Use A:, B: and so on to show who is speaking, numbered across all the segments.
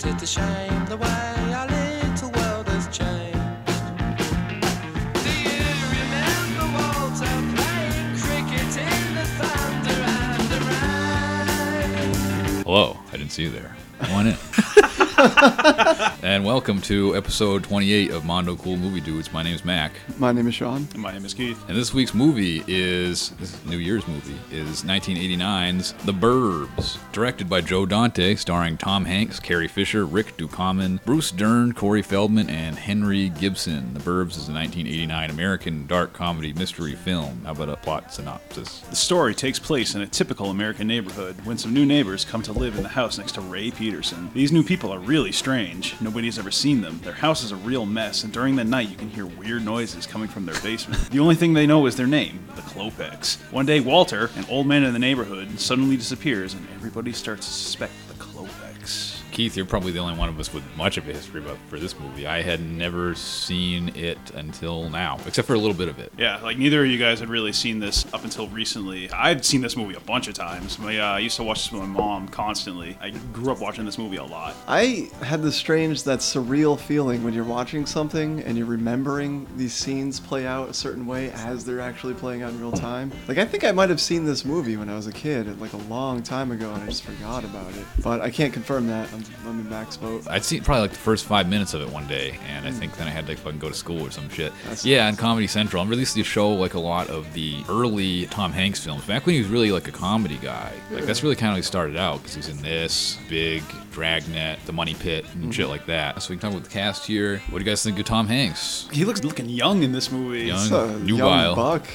A: shame the way our little world has changed. Do you remember Walter playing cricket in the thunder and the rain?
B: Hello, I didn't see you there. One in. and welcome to episode 28 of Mondo Cool Movie Dudes. My name's Mac,
C: My name is Sean.
D: My name is Keith.
B: and this week's movie is this is New Year's movie is 1989's The Burbs, directed by Joe Dante, starring Tom Hanks, Carrie Fisher, Rick Ducommun, Bruce Dern, Corey Feldman, and Henry Gibson. The Burbs is a 1989 American dark comedy mystery film. How about a plot synopsis?
D: The story takes place in a typical American neighborhood when some new neighbors come to live in the house next to Ray Peterson. These new people are really strange. Nobody's ever seen them. Their house is a real mess, and during the night you can hear weird noises coming from their basement. the only thing they know is their name, the Klopex. One day, Walter, an old man in the neighborhood, suddenly disappears, and everybody starts to suspect the Klopex.
B: Keith, you're probably the only one of us with much of a history about for this movie. I had never seen it until now, except for a little bit of it.
D: Yeah, like neither of you guys had really seen this up until recently. I'd seen this movie a bunch of times. My, uh, I used to watch this with my mom constantly. I grew up watching this movie a lot.
C: I had this strange, that surreal feeling when you're watching something and you're remembering these scenes play out a certain way as they're actually playing out in real time. Like, I think I might have seen this movie when I was a kid, like a long time ago, and I just forgot about it. But I can't confirm that. I'm, I'm in Mac's boat.
B: I'd seen probably like the first five minutes of it one day, and I think then I had to fucking go to school or some shit.
C: Hmm. That's
B: yeah,
C: nice.
B: on Comedy Central, I'm released to show like a lot of the early Tom Hanks films back when he was really like a comedy guy. Like
C: Hmm.
B: that's really kind of how he started out because he's in this, Big, Dragnet, The Money Pit,
C: Hmm.
B: and shit like that. So we can talk about the cast here. What do you guys think of Tom Hanks?
D: He looks looking young in this movie.
B: Young.
C: It's a
B: Nubile.
C: young buck.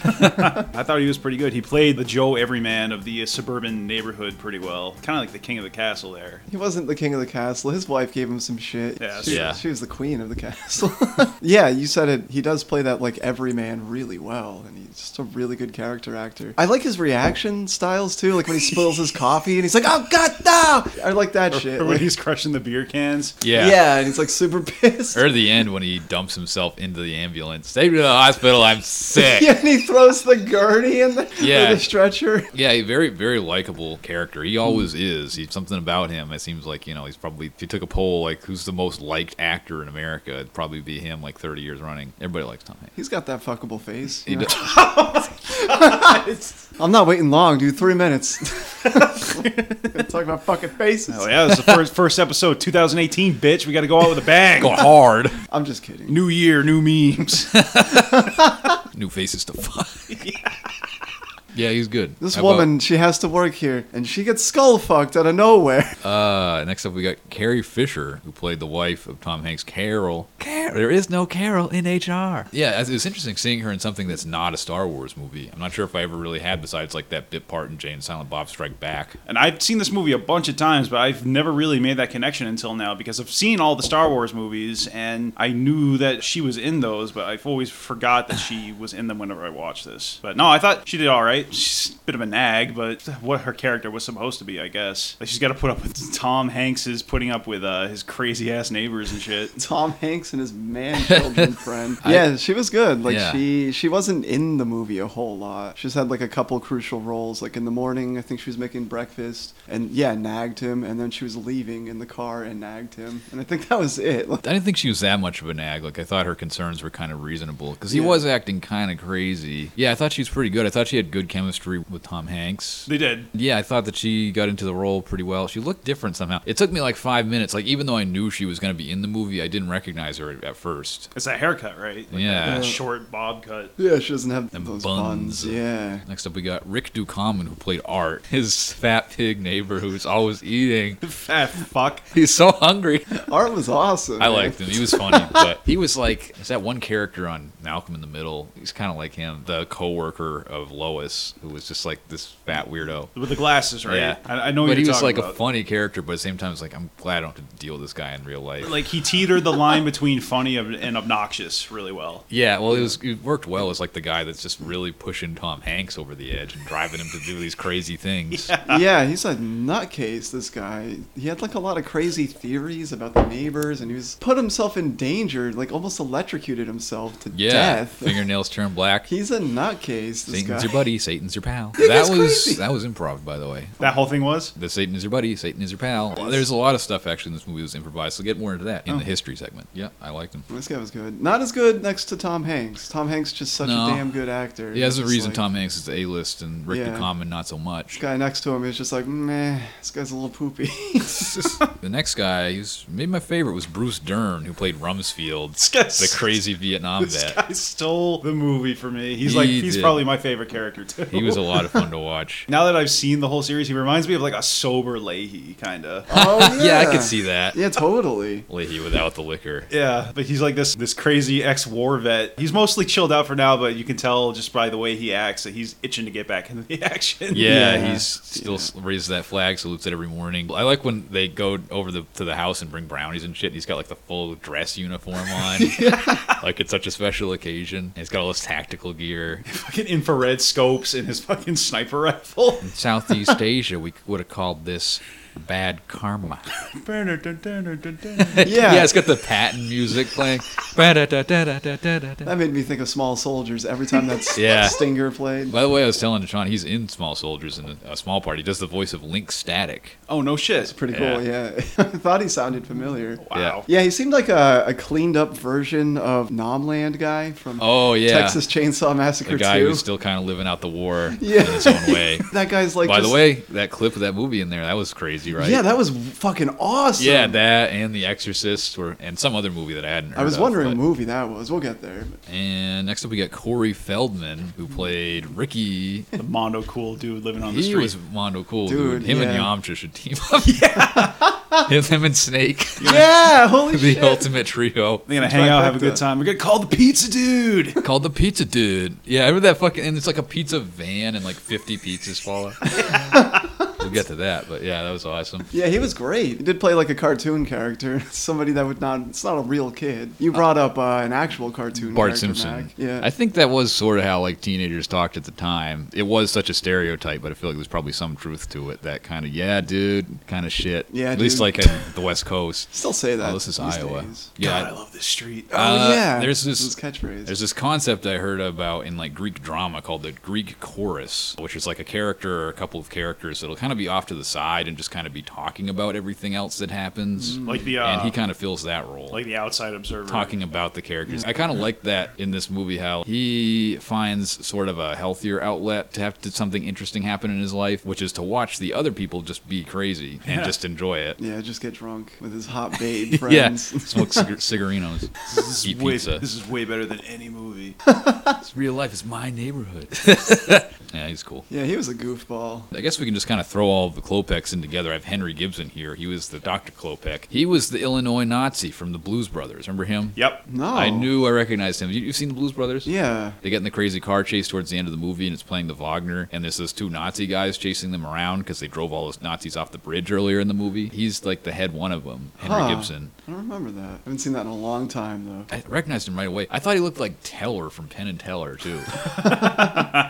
D: I thought he was pretty good. He played the Joe Everyman of the uh, suburban neighborhood pretty well. Kind of like the king of the castle there.
C: he wasn't the king of the castle. His wife gave him some shit.
D: Yeah,
C: she,
B: yeah.
C: she was the queen of the castle. yeah, you said it. He does play that like every man really well, and he's just a really good character actor. I like his reaction styles too. Like when he spills his coffee and he's like, "Oh God, no!" I like that shit.
D: Or when
C: like-
D: he's crushing the beer cans.
B: Yeah.
C: and he's like super pissed.
B: Or the end when he dumps himself into the ambulance. Take me to the hospital. I'm sick.
C: yeah, and he throws the gurney in the, or
B: Yeah.
C: the stretcher.
B: Yeah, a very, very likable character. He always is. He, something about him. It seems like you know he's probably. If you took a poll, like who's the most liked actor in America, it'd probably be him. Like thirty years running, everybody likes Tom Hanks.
C: He's got that fuckable face.
B: He
C: you know?
B: does-
C: I'm not waiting long, dude. Three minutes. Talk about fucking faces.
D: Oh yeah, this is the first first episode 2018, bitch. We got to go out with a bang.
B: Go hard.
C: I'm just kidding.
D: New year, new memes.
B: New faces to fuck. Yeah, he's good.
C: This
B: How about-
C: woman, she has to work here, and she gets skull fucked out of nowhere.
B: uh, next up, we got Carrie Fisher, who played the wife of Tom Hanks, Carol. Carol. There is no Carol in HR. Yeah, it was interesting seeing her in something that's not a Star Wars movie. I'm not sure if I ever really had, besides like that bit part in Jane and Silent Bob Strike Back.
D: and I've seen this movie a bunch of times, but I've never really made that connection until now because I've seen all the Star Wars movies and I knew that she was in those, but I've always forgot that she was in them whenever I watched this. But no, I thought she did all right. She's a bit of a nag, but what her character was supposed to be, I guess. Like she's got to put up with Tom Hanks's putting up with uh, his crazy ass neighbors and shit.
C: Tom Hanks and his man children friend. Yeah, she was good. Like
B: Yeah.
C: she she wasn't in the movie a whole lot. She's had like a couple crucial roles. Like in the morning, I think she was making breakfast and yeah, nagged him, and then she was leaving in the car and nagged him. And I think that was it. Like,
B: I didn't think she was that much of a nag. Like I thought her concerns were kind of reasonable because he
C: Yeah.
B: was acting kind of crazy. Yeah, I thought she was pretty good. I thought she had good chemistry with Tom Hanks.
D: They did.
B: Yeah, I thought that she got into the role pretty well. She looked different somehow. It took me like five minutes. Like even though I knew she was going to be in the movie, I didn't recognize her at first.
D: It's that haircut, right? Like
B: Yeah.
D: that short bob cut.
C: yeah, she doesn't have
B: Them
C: those
B: buns.
C: buns. Yeah.
B: Next up, we got Rick Ducommun, who played Art, his fat pig neighbor who's always eating.
D: Fat Ah, fuck.
B: He's so hungry.
C: Art was awesome.
B: I
C: man.
B: liked him. He was funny, but he was like is that one character on Malcolm in the Middle. He's kind of like him, the coworker of Lois, who was just like this fat weirdo.
D: With the glasses, right?
B: Yeah,
D: I, I know what
B: But he
D: you're
B: was
D: talking
B: like
D: about.
B: a funny character, but at the same time, it's like I'm glad I don't have to deal with this guy in real life.
D: like he teetered the line between funny ob- and obnoxious really well.
B: Yeah, well, it was it worked well as like the guy that's just really pushing Tom Hanks over the edge and driving him to do these crazy things.
C: yeah, he's a nutcase. This guy. He had like a lot of crazy theories about the neighbors, and he was put himself in danger, like almost electrocuted himself to
B: Yeah,
C: death.
B: fingernails turn black.
C: He's a nutcase. This
B: Satan's
C: guy.
B: your buddy. Satan's your pal.
C: that's
B: That was
C: crazy.
B: that was improv, by the way.
D: That whole thing was?
B: The Satan is your buddy. Satan is your pal. There's a lot of stuff actually in this movie that's improvised. So get more into that in
C: Oh.
B: the history segment. Yeah, I liked him.
C: This guy was good. Not as good next to Tom Hanks. Tom Hanks just such
B: No.
C: a damn good actor.
B: Yeah, that's the
C: Just
B: reason
C: like-
B: Tom Hanks is A list and Rick
C: Yeah.
B: DeCommon not so much.
C: Guy next to him is just like, meh. This guy's a little poopy.
B: The next guy, who's maybe my favorite, was Bruce Dern, who played Rumsfeld,
D: This guy's-
B: the crazy Vietnam
D: This
B: vet.
D: guy stole the movie for me. He's like
B: He
D: he's
B: did.
D: probably my favorite character too.
B: He was a lot of fun to watch.
D: Now that I've seen the whole series, he reminds me of like a sober Leahy kind of.
C: oh yeah.
B: yeah, I could see that.
C: Yeah, totally.
B: Leahy without the liquor.
D: Yeah, but he's like this this crazy ex-war vet. He's mostly chilled out for now, but you can tell just by the way he acts that he's itching to get back into the action.
B: Yeah,
C: Yeah.
B: he's still s raises that flag, salutes it every morning. I like when they go over the to the house and bring brownies and shit. And he's got like the full dress uniform on, like it's such a special occasion. And he's got all this tactical gear.
D: fucking infrared scopes and his fucking sniper rifle.
B: In Southeast Asia, we would have called this bad karma.
D: That's
C: Yeah.
B: yeah, it's got the patent music playing. Ba-da-da-da-da-da-da-da.
C: that made me think of Small Soldiers every time that s-
B: Yeah.
C: stinger played.
B: By the way, I was telling Sean he's in Small Soldiers in a, a small part. He does the voice of Link Static.
D: Oh no shit.
C: Pretty
B: Yeah.
C: cool, yeah. I thought he sounded familiar.
D: Wow.
C: Yeah, he seemed like a, a cleaned up version of Nomland guy from
B: Oh yeah,
C: Texas Chainsaw Massacre
B: the guy
C: 2.
B: who's still kind of living out the war
C: Yeah.
B: in his own way.
C: that guy's like.
B: By the
C: just-
B: way, that clip of that movie in there, that was crazy, right?
C: Yeah, that was fucking awesome.
B: yeah, that and The Exorcist were, and some other movie that I hadn't heard
C: I was
B: of,
C: wondering
B: but-
C: what movie that was. We'll get there.
B: And next up, we got Corey Feldman,
C: Hmm.
B: who played Ricky.
D: The mondo cool dude living on the
B: He
D: street.
B: was Mondo Cool, dude.
C: Dude,
B: Him
C: yeah.
B: and Yamcha should team up. Him, him and Snake,
C: Yeah,
D: Oh,
C: holy
B: the
C: shit.
B: ultimate trio.
D: They're gonna hang out, have a
C: trifecta.
D: good time. We're gonna call the pizza dude.
B: Called the pizza dude. Yeah, I remember that fucking. And it's like a pizza van, and like fifty pizzas fall out. we'll get to that, but yeah, that was awesome.
C: Yeah, he was great. He did play like a cartoon character, somebody that would not. It's not a real kid. You brought up uh, an actual cartoon.
B: Bart
C: character,
B: Simpson.
C: Mac. Yeah.
B: I think that was sort of how like teenagers talked at the time. It was such a stereotype, but I feel like there's probably some truth to it. That kind of yeah, dude, kind of shit.
C: Yeah,
B: at least
C: dude.
B: like in the West Coast.
C: Still say that.
B: Oh, this is
C: these
B: Iowa.
C: days.
B: Yeah.
D: God, I love this street.
B: Uh,
C: oh yeah.
B: there's this-
C: Those catchphrase.
B: There's this concept I heard about in like Greek drama called the Greek chorus, which is like a character or a couple of characters that'll kind of be off to the side and just kind of be talking about everything else that happens.
D: Like the,
B: and
D: uh,
B: he kind of fills that role.
D: like the outside observer.
B: talking about the characters. I kind of like that in this movie how he finds sort of a healthier outlet to have to, something interesting happen in his life, which is to watch the other people just be crazy and
D: Yeah.
B: just enjoy it.
C: yeah, just get drunk with his hot babe
B: Yeah,
C: friends.
B: smoke cig- cigarinos,
D: This is
B: eat
D: way,
B: pizza.
D: This is way better than any movie.
B: Real life is my neighborhood. yeah, he's cool.
C: Yeah, he was a goofball.
B: I guess we can just kind of throw all the Klopeks in together. I have Henry Gibson here. He was the Dr. Klopek. He was the Illinois Nazi from the Blues Brothers. Remember him?
D: Yep.
C: No.
B: I knew I recognized him. You, you've seen the Blues Brothers?
C: Yeah.
B: They get in the crazy car chase towards the end of the movie, and it's playing the Wagner, and there's those two Nazi guys chasing them around because they drove all those Nazis off the bridge earlier in the movie. He's like the head one of them, Henry
C: Huh.
B: Gibson.
C: I don't remember that. I haven't seen that in a long time though.
B: I recognized him right away. I thought he looked like Teller from Penn and Teller too.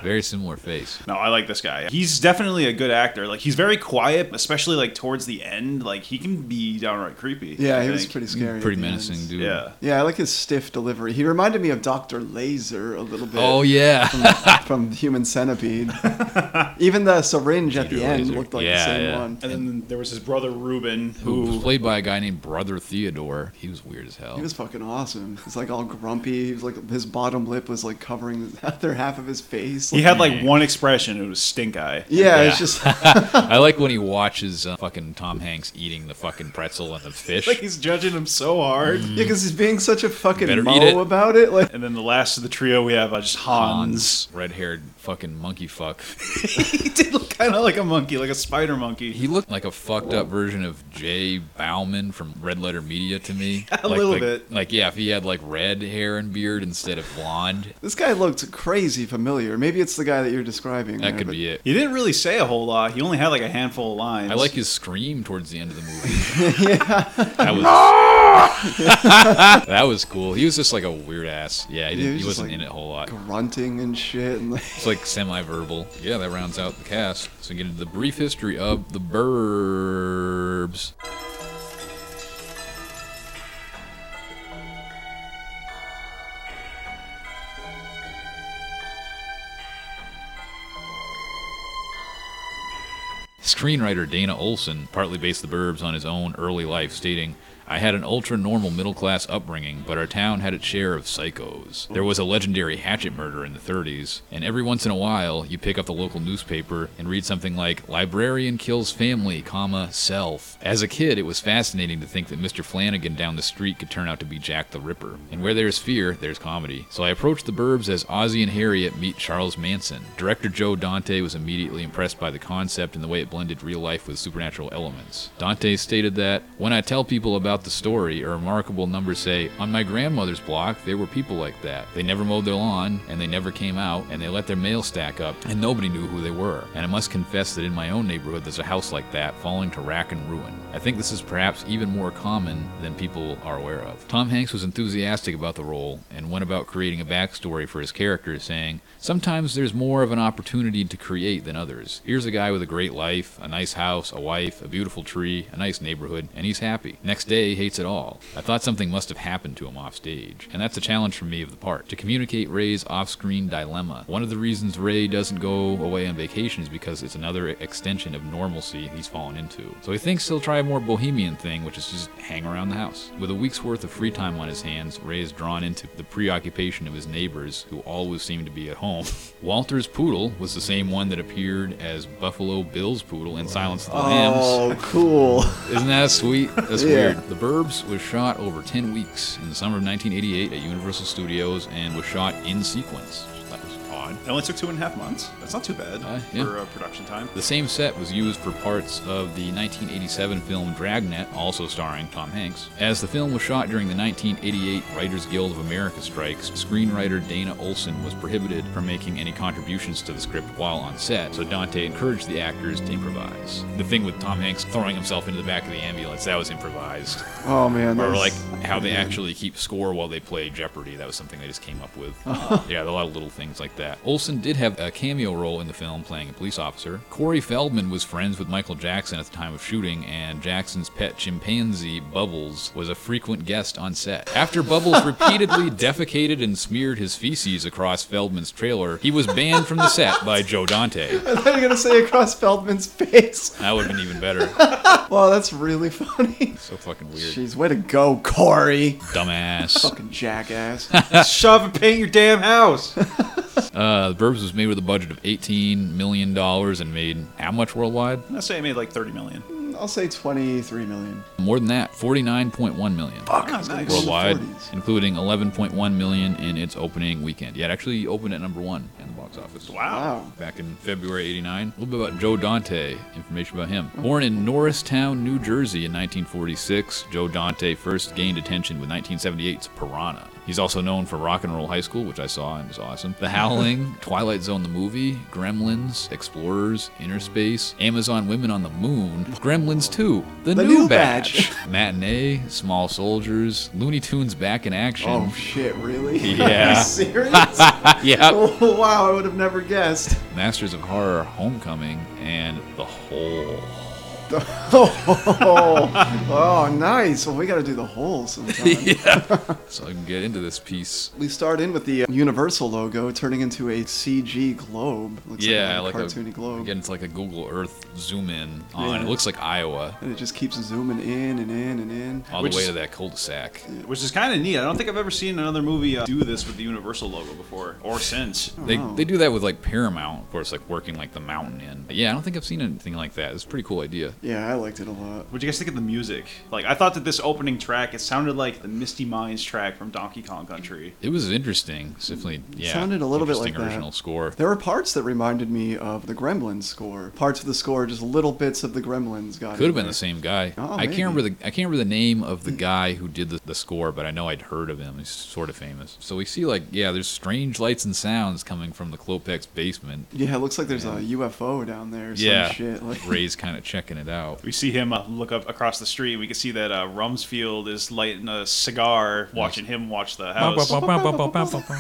B: Very similar face.
D: No, I like this guy. He's definitely a good actor. Like he's very quiet, especially like towards the end. Like he can be downright creepy.
C: Yeah,
D: I
C: he was
D: think.
C: pretty scary. at
B: Pretty
C: the
B: menacing
C: end.
B: dude.
D: Yeah.
C: Yeah, I like his stiff delivery. He reminded me of Doctor Laser a little bit.
B: Oh yeah.
C: from Human Centipede. Even the syringe at the
B: Peter
C: end
B: Laser.
C: looked like
B: Yeah,
C: the same
B: yeah.
C: one.
D: And then there was his brother Ruben,
B: Who was
D: who
B: played by a guy named Brother Theodore. He was weird as hell.
C: He was fucking awesome. He's like all grumpy. He was like his bottom lip was like covering the other half of his face.
D: he had like one expression. It was stink eye.
B: Yeah.
C: yeah, it's just
B: I like when he watches uh, fucking Tom Hanks eating the fucking pretzel and the fish.
D: Like he's judging him so hard.
C: because he's being such a fucking
B: Better eat
C: mo
B: it.
C: about it. Like
D: And then the last of the trio we have uh, just Hans.
B: Red haired fucking monkey fuck.
D: he did look kind of like a monkey, like a spider monkey.
B: He looked like a fucked up version of Jay Bauman from Red Letter Media to me.
D: A
B: like,
D: little
B: like-
D: bit.
B: Like, yeah, if he had like red hair and beard instead of blonde,
C: this guy looked crazy familiar. Maybe it's the guy that you're describing.
B: that
C: there,
B: could
C: but-
B: be it.
D: He didn't really say a whole lot. He only had like a handful of lines.
B: I like his scream towards the end of the movie. That was That was cool. He was just like a weird ass. Yeah, he,
C: Yeah,
B: didn't,
C: he's
B: he
C: just,
B: wasn't
C: like,
B: in it a whole lot.
C: grunting and shit. And like,
B: It's like semi-verbal. Yeah, that rounds out the cast. So we get into the brief history of the Burbs. Screenwriter Dana Olson partly based the Burbs on his own early life, stating, I had an ultra normal middle class upbringing, but our town had its share of psychos. There was a legendary hatchet murder in the 30s, and every once in a while, you pick up the local newspaper and read something like, Librarian kills family, comma, self. As a kid, it was fascinating to think that Mr. Flanagan down the street could turn out to be Jack the Ripper. And where there's fear, there's comedy. So I approached the Burbs as Ozzy and Harriet meet Charles Manson. Director Joe Dante was immediately impressed by the concept and the way it blended real life with supernatural elements. Dante stated that, When I tell people about the story, a remarkable number say, On my grandmother's block, there were people like that. They never mowed their lawn, and they never came out, and they let their mail stack up, and nobody knew who they were. And I must confess that in my own neighborhood, there's a house like that falling to rack and ruin. I think this is perhaps even more common than people are aware of. Tom Hanks was enthusiastic about the role and went about creating a backstory for his character, saying, Sometimes there's more of an opportunity to create than others. Here's a guy with a great life, a nice house, a wife, a beautiful tree, a nice neighborhood, and he's happy. Next day, hates it all. I thought something must have happened to him off stage. And that's a challenge for me of the part to communicate Ray's off screen dilemma. One of the reasons Ray doesn't go away on vacation is because it's another e-, extension of normalcy he's fallen into. So he thinks he'll try a more bohemian thing, which is just hang around the house. With a week's worth of free time on his hands, Ray is drawn into the preoccupation of his neighbors, who always seem to be at home. Walter's poodle was the same one that appeared as Buffalo Bill's poodle in Silence of the Lambs.
C: oh, cool.
B: Isn't that sweet? That's
C: Yeah.
B: weird. The Burbs was shot over 10 weeks in the summer of 1988 at Universal Studios and was shot in sequence. That was odd.
E: It only took two and a half months. That's not too bad
B: Uh, yeah.
E: for uh, production time.
B: The same set was used for parts of the 1987 film Dragnet, also starring Tom Hanks. As the film was shot during the 1988 Writers Guild of America strikes, screenwriter Dana Olson was prohibited from making any contributions to the script while on set, so Dante encouraged the actors to improvise. The thing with Tom Hanks throwing himself into the back of the ambulance, that was improvised.
C: Oh man,
B: Or
C: that's-
B: like how they actually keep score while they play Jeopardy. That was something they just came up with. yeah, a lot of little things like that. Olson did have a cameo role in the film, playing a police officer. Corey Feldman was friends with Michael Jackson at the time of shooting, and Jackson's pet chimpanzee Bubbles was a frequent guest on set. After Bubbles repeatedly defecated and smeared his feces across Feldman's trailer, he was banned from the set by Joe Dante.
C: I thought you were gonna say across Feldman's face.
B: That would have been even better.
C: Wow, that's really funny.
B: So fucking weird.
C: Jeez, way to go, Corey.
B: Dumbass.
C: Fucking jackass.
E: Shove and paint your damn house.
B: Uh, the Burbs was made with a budget of $18 million and made how much worldwide?
E: Let's say I made like 30 million.
C: I'll say 23 million.
B: More than that, 49.1 million
E: Oh, nice.
C: Well,
B: worldwide,
C: 40s.
B: including 11.1 million in its opening weekend. Yeah, it actually opened at number one in the box office.
E: Wow.
C: Wow.
B: Back in February 89. A little bit about Joe Dante, information about him. Born in Norristown, New Jersey in 1946, Joe Dante first gained attention with 1978's Piranha. He's also known for Rock and Roll High School, which I saw and was awesome. The Howling, Twilight Zone the movie, Gremlins, Explorers, Inner Space, Amazon Women on the Moon, Gremlins 2, The,
C: The
B: New,
C: New
B: Batch,
C: Batch.
B: Matinee, Small Soldiers, Looney Tunes Back in Action.
C: Oh shit, really? Are
B: Yeah.
C: you serious?
B: yeah.
C: oh, wow, I would have never guessed.
B: Masters of Horror, Homecoming, and The Hole.
C: Oh, nice. Well, we gotta do the whole sometime.
B: So I can get into this piece.
C: We start in with the uh, Universal logo turning into a CG globe. Looks
B: yeah,
C: like
B: like
C: a cartoony
B: a,
C: globe.
B: Again, it's like a Google Earth zoom in on.
C: Yeah.
B: It looks like Iowa
C: And it just keeps zooming in and in and in.
B: all
E: Which
B: the way
E: is-
B: to that cul-de-sac.
E: Which is kind of neat. I don't think I've ever seen another movie uh, do this with the Universal logo before or since.
B: They, they do that with like Paramount, of course, like working like the mountain in. But yeah, I don't think I've seen anything like that. It's a pretty cool idea.
C: Yeah, I liked it a lot.
E: What'd you guys think of the music? Like, I thought that this opening track, it sounded like the Misty Minds track from Donkey Kong Country.
B: It was interesting. It's definitely yeah.
C: sounded a little bit
B: interesting
C: like that.
B: original score.
C: There were parts that reminded me of the Gremlins score. Parts of the score, just little bits of the Gremlins got.
B: Could
C: in
B: have been
C: there.
B: the same guy.
C: Oh,
B: I can't
C: maybe. Hmm.
B: remember the I can't remember the name of the guy who did the, the score, but I know I'd heard of him. He's sort of famous. So we see like yeah, there's strange lights and sounds coming from the Klopex basement.
C: Yeah, it looks like there's a UFO down there. Or
B: yeah,
C: Some shit. Like,
B: Ray's kind of checking it it out.
D: We see him uh, look up across the street. We can see that uh, Rumsfeld is lighting a cigar, watching him watch the house.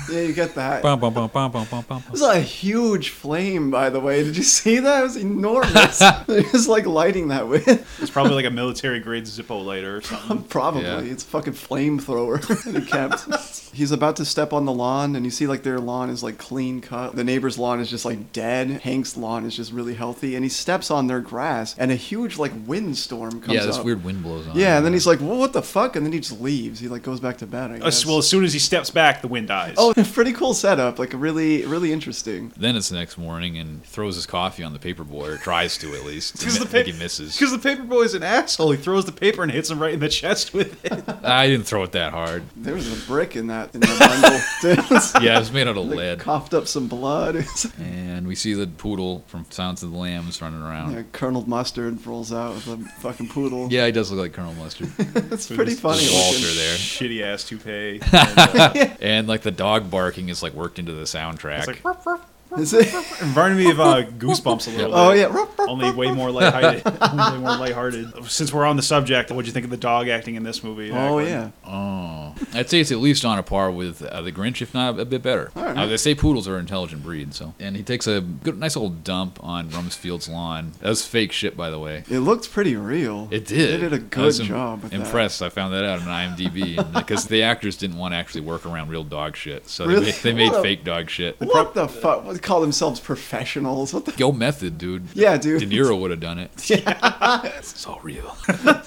C: Yeah, you get that. It
B: It's
C: was a huge flame, by the way. Did you see that? It was enormous. They're just like lighting that with.
D: It's probably like a military grade Zippo lighter or something.
C: Probably.
B: Yeah.
C: It's a fucking flamethrower. that he kept. He's about to step on the lawn, and you see like their lawn is like clean cut. The neighbor's lawn is just like dead. Hank's lawn is just really healthy, and he steps on their grass, and a huge like windstorm comes
B: yeah, this
C: up.
B: weird wind blows on.
C: Yeah, and then he's like, "Well, what the fuck?" And then he just leaves. He like goes back to bed. I
D: Uh,
C: guess.
D: well, as soon as he steps back, the wind dies.
C: oh, pretty cool setup. Like really, really interesting.
B: Then it's the next morning and throws his coffee on the paper boy, or tries to at least.
D: because the,
B: I
D: pa-
B: think he misses.
D: Because the paper boy's an asshole. He throws the paper and hits him right in the chest with it.
B: I didn't throw it that hard.
C: There was a brick in that in that bundle. Dude,
B: Yeah, it was made out of
C: like,
B: lead.
C: Coughed up some blood. It's-
B: And we see the poodle from Sounds of the Lambs running around.
C: yeah, Colonel Mustard rolls out with a fucking poodle.
B: Oh. Yeah, he does look like Colonel Mustard.
C: it's pretty
D: Just
C: funny.
B: Walter
C: looking.
B: there.
D: Shitty ass toupee. And, uh,
B: And like the dog barking is like worked into the soundtrack.
D: it's like. "Ruff, ruff."
C: Is it?
D: Reminded me of uh, Goosebumps a little
C: Oh
D: bit.
C: yeah.
D: Only way more lighthearted. Only way more lighthearted. Since we're on the subject, what'd you think of the dog acting in this movie?
C: Oh
D: Ackland?
C: yeah.
B: oh, I'd say it's at least on a par with uh, the Grinch, if not a bit better.
C: All right.
B: Uh, they say poodles are an intelligent breed, so. And he takes a good, nice old dump on Rumsfeld's lawn. That was fake shit, by the way.
C: It looked pretty real.
B: It did.
C: They did a
B: I
C: good
B: was im-
C: job. With
B: impressed. I found that out on IMDb because the actors didn't want to actually work around real dog shit, so
C: Really?
B: they, made, they
C: What
B: made
C: a-
B: fake dog shit.
C: That. What the fuck? What, call themselves professionals? What the?
B: Go method, dude.
C: Yeah, dude.
B: De Niro would have done it. Yeah. it's all real.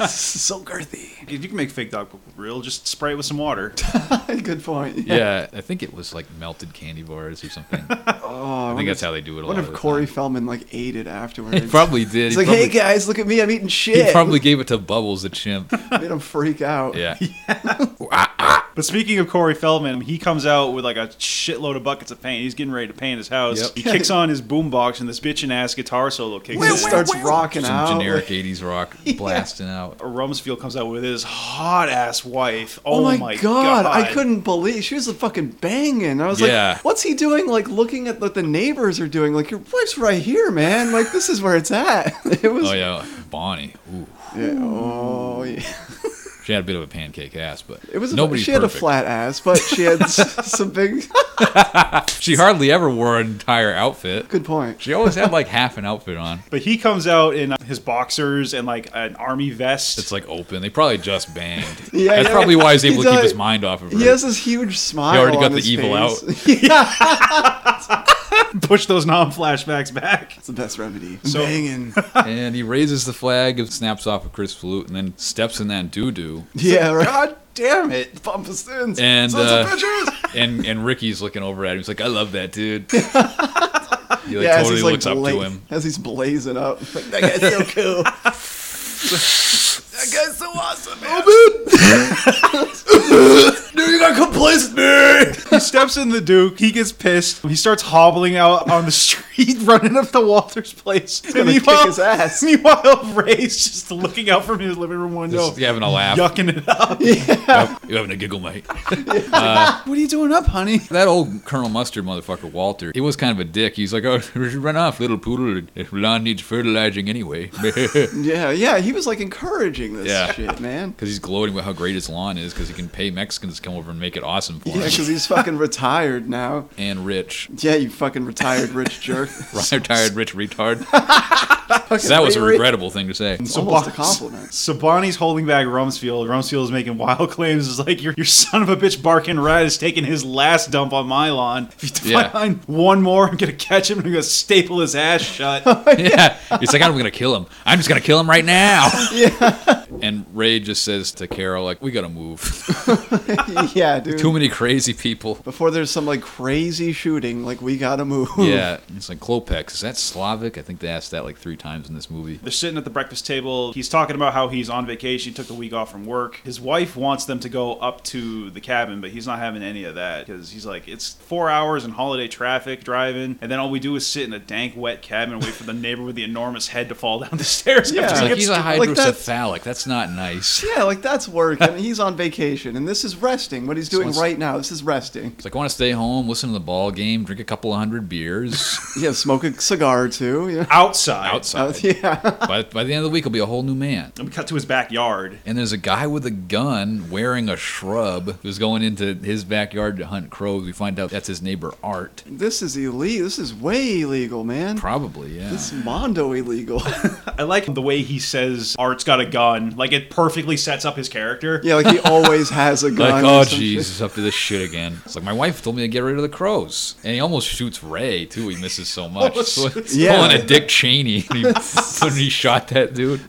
C: so girthy.
D: You can make fake dog poop real. Just spray it with some water.
C: good point.
B: Yeah, I think it was like melted candy bars or something. I
C: Oh, I
B: think
C: wonder
B: that's how they do it a
C: I
B: lot.
C: wonder if
B: of the
C: Corey
B: time.
C: Feldman like ate it afterwards.
B: He probably did.
C: He's
B: he
C: like,
B: probably,
C: hey guys, look at me, I'm eating shit.
B: he probably gave it to Bubbles the chimp.
C: made him freak out.
B: Yeah.
D: But speaking of Corey Feldman, he comes out with like a shitload of buckets of paint. He's getting ready to paint his house.
B: Yep.
D: He kicks on his boombox and this bitchin' ass guitar solo
C: He
D: kicks in.
C: just starts rocking
B: Some
C: out.
B: generic 80s rock blasting out.
D: Rumsfeld comes out with his hot ass wife.
C: Oh,
D: Oh,
C: my, god.
D: god.
C: I couldn't believe she was a fucking banging. I was
B: Yeah.
C: like, what's he doing? Like looking at what the neighbors are doing. Like your wife's right here, man. Like this is where it's at. It was.
B: Oh, yeah. Bonnie. Ooh.
C: Yeah, oh yeah.
B: She had a bit of a pancake ass, but
C: It was.
B: nobody's
C: she had
B: perfect.
C: a flat ass, but she had s- some big.
B: She hardly ever wore an entire outfit.
C: Good point.
B: She always had like half an outfit on.
D: But he comes out in his boxers and like an army vest.
B: It's like open. They probably just banged.
C: Yeah,
B: That's
C: yeah.
B: probably why he's able
C: He
B: to keep
C: does-
B: his mind off of her.
C: He has this huge smile.
B: already got
C: on
B: the
C: his
B: evil
C: face.
B: out.
C: yeah,
D: push those non-flashbacks back.
C: it's the best remedy.
D: So-
C: banging.
B: And he raises the flag, and snaps off a Chris flute, and then steps in that doo doo.
C: Yeah, right. God damn it, Bumpa Stins.
B: And,
C: sons of
B: uh,
C: bitches.
B: And and Ricky's looking over at him. He's like, "I love that dude." He like,
C: yeah, as
B: totally
C: he's like
B: looks up
C: bla-
B: to him.
C: as he's blazing up. Like, that guy's so cool. that guy's so awesome, man. Oh, Dude, you got complacent, man.
D: He steps in the Duke. He gets pissed. He starts hobbling out on the street, running up to Walter's place.
C: gonna kick
D: Meanwhile-
C: his ass.
D: Meanwhile, Ray's just looking out from his living room window,
B: Just having a laugh.
D: yucking it up.
B: You having a giggle, mate?
D: What are you doing up, honey?
B: That old Colonel Mustard motherfucker, Walter. He was kind of a dick. He's like, "Oh, run off, little poodle. Lawn needs fertilizing anyway." Because
C: Yeah, yeah, he was like encouraging this
B: Yeah.
C: shit, man.
B: he's gloating about how great his lawn is, because he can pay Mexicans to come over and make it awesome for
C: Yeah,
B: him.
C: because he's fucking retired now.
B: And rich,
C: Yeah, you fucking retired rich jerk.
B: retired rich retard. 'Cause that was a regrettable thing to say.
C: Almost a
D: Saban-
C: compliment.
D: Sabani's holding back Rumsfeld. Rumsfeld is making wild claims. It's like your, your son of a bitch barking rat is taking his last dump on my lawn. If you
B: Yeah.
D: find one more, I'm gonna catch him and I'm gonna staple his ass shut.
B: Yeah. He's like, I'm gonna kill him. I'm just gonna kill him right now. Yeah. And Ray just says to Carol, like, we gotta move.
C: yeah, dude.
B: Too many crazy people.
C: Before there's some like crazy shooting, like we gotta move.
B: Yeah. It's like Klopex. Is that Slavic? I think they asked that like three times in this movie.
D: They're sitting at the breakfast table. He's talking about how he's on vacation. He took the week off from work. His wife wants them to go up to the cabin, but he's not having any of that because he's like, it's four hours in holiday traffic driving, and then all we do is sit in a dank, wet cabin and wait for the neighbor with the enormous head to fall down the stairs.
C: Yeah.
D: after
B: It's
D: he
B: like
D: gets
B: he's a
D: to-
C: Like, that's-
B: hydrocephalic. that's, not nice.
C: Yeah, like that's work, and he's on vacation, and this is resting. What he's doing
B: one's-
C: right now, this is resting.
B: It's like, I want to stay home, listen to the ball game, drink a couple of hundred beers.
C: Yeah, smoke a cigar too. Yeah,
D: Outside.
C: Uh,
B: Outside.
C: yeah.
B: by, by the end of the week, he'll be a whole new man.
D: And we cut to his backyard.
B: And there's a guy with a gun wearing a shrub who's going into his backyard to hunt crows. We find out that's his neighbor, Art.
C: This is illegal. This is way illegal, man.
B: Probably, yeah.
C: This is mondo illegal.
D: I like the way he says Art's got a gun. Like it perfectly sets up his character.
C: yeah, like he always has a gun.
B: Like,
C: or
B: oh,
C: some
B: jeez,
C: shit.
B: it's up to this shit again. It's like, my wife told me to get rid of the crows. And he almost shoots Ray, too. He misses so much.
D: Almost
B: So
D: shoots-
B: it's
C: Yeah.
B: Calling a Dick Cheney when he, when he shot that dude.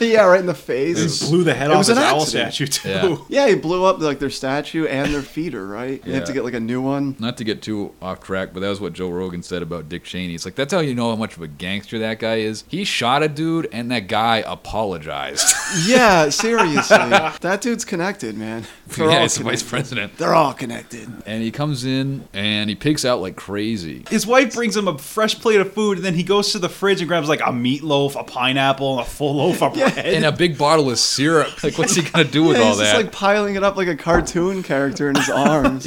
C: yeah, right in the face.
D: Blew the head
C: It
D: off
C: was
D: his
C: an
D: owl
C: accident.
D: statue too.
B: Yeah.
C: Yeah, he blew up like their statue and their feeder, right? You have to
B: Yeah.
C: get like a new one.
B: Not to get too off track, but that was what Joe Rogan said about Dick Cheney. It's like, that's how you know how much of a gangster that guy is. He shot a dude, and that guy apologized.
C: Yeah, seriously. that dude's connected, man. They're
B: yeah,
C: all
B: he's the vice
C: connected.
B: president.
C: They're all connected.
B: And he comes in and he picks out like crazy.
D: His wife brings him a fresh plate of food, and then he goes to the fridge and grabs like a meatloaf, a pineapple, and a full loaf of bread.
B: And a big bottle of syrup. Like, what's he gonna do with
C: Yeah,
B: all
C: he's
B: that?
C: just like piling it up like a cartoon character in his arms.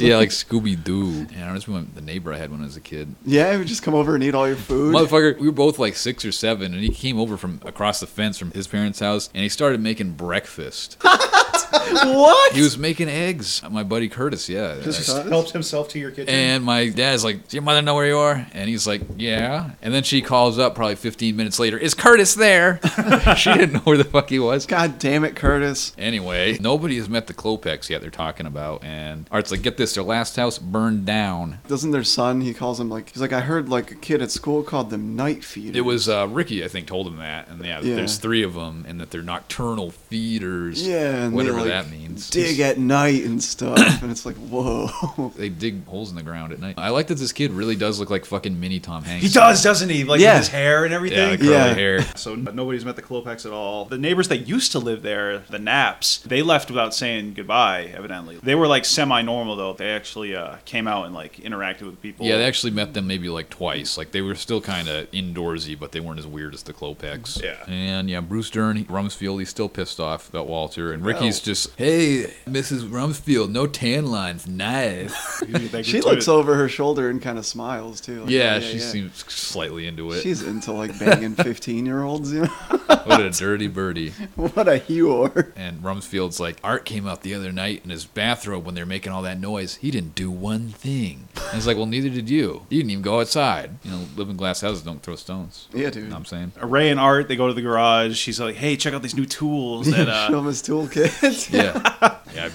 B: yeah, like Scooby Doo. And I just remember the neighbor I had when I was a kid.
C: Yeah, he would just come over and eat all your food.
B: Motherfucker, we were both like six or seven, and he came over from across the fence from his parents' house, and he started making breakfast.
C: what?
B: he was making eggs. My buddy Curtis, yeah.
C: Just
B: Uh,
C: cut.
D: himself to your kitchen.
B: and my dad's like, "Does your mother know where you are?" And he's like, "Yeah." And then she calls up probably 15 minutes later. Is Curtis there? she didn't know where the fuck he was.
C: God damn it, Curtis.
B: Anyway, nobody has met the Klopex yet. They're talking about, and Art's like, "Get this, their last house burned down."
C: Doesn't their son, he calls him like, he's like, I heard like a kid at school called them night feeders.
B: It was uh, Ricky, I think, told him that, and yeah, that
C: Yeah.
B: there's three of them, and that they're nocturnal feeders.
C: Yeah, and they,
B: whatever
C: like,
B: that means.
C: dig at night and stuff. and it's like, whoa.
B: They dig holes in the ground at night. I like that this kid really does look like fucking mini Tom Hanks.
D: he does, doesn't he? Like
C: Yeah.
D: with his hair and everything.
B: Yeah, the curly
C: Yeah.
B: hair.
D: So nobody's met the Klopex at all. The neighbors that used to live there, the Naps, they left without saying goodbye. Evidently, they were like semi-normal though. They actually uh, came out and like interacted with people.
B: Yeah, they actually met them maybe like twice. Like they were still kind of indoorsy, but they weren't as weird as the Klopex.
D: Yeah.
B: And yeah, Bruce Dern, he- Rumsfeld, he's still pissed off about Walter, and Ricky's just, hey, Mrs. Rumsfeld, no tan lines, nice.
D: actually.
C: she looks over her shoulder and kind of smiles too. Like, oh,
B: yeah, she seems slightly into it.
C: She's into like banging 15 year olds, you know?
B: what a dirty birdie.
C: what a Huor.
B: And Rumsfeld's like, Art came out the other night in his bathrobe when they're making all that noise. He didn't do one thing. And he's like, well, neither did you. You didn't even go outside. You know, live in glass houses, don't throw stones.
C: Yeah, dude.
B: You know what I'm saying?
D: Ray and Art, they go to the garage. She's like, "Hey, check out these new tools." That,
C: Show
D: uh,
C: him his toolkit.
B: Yeah. Yeah, I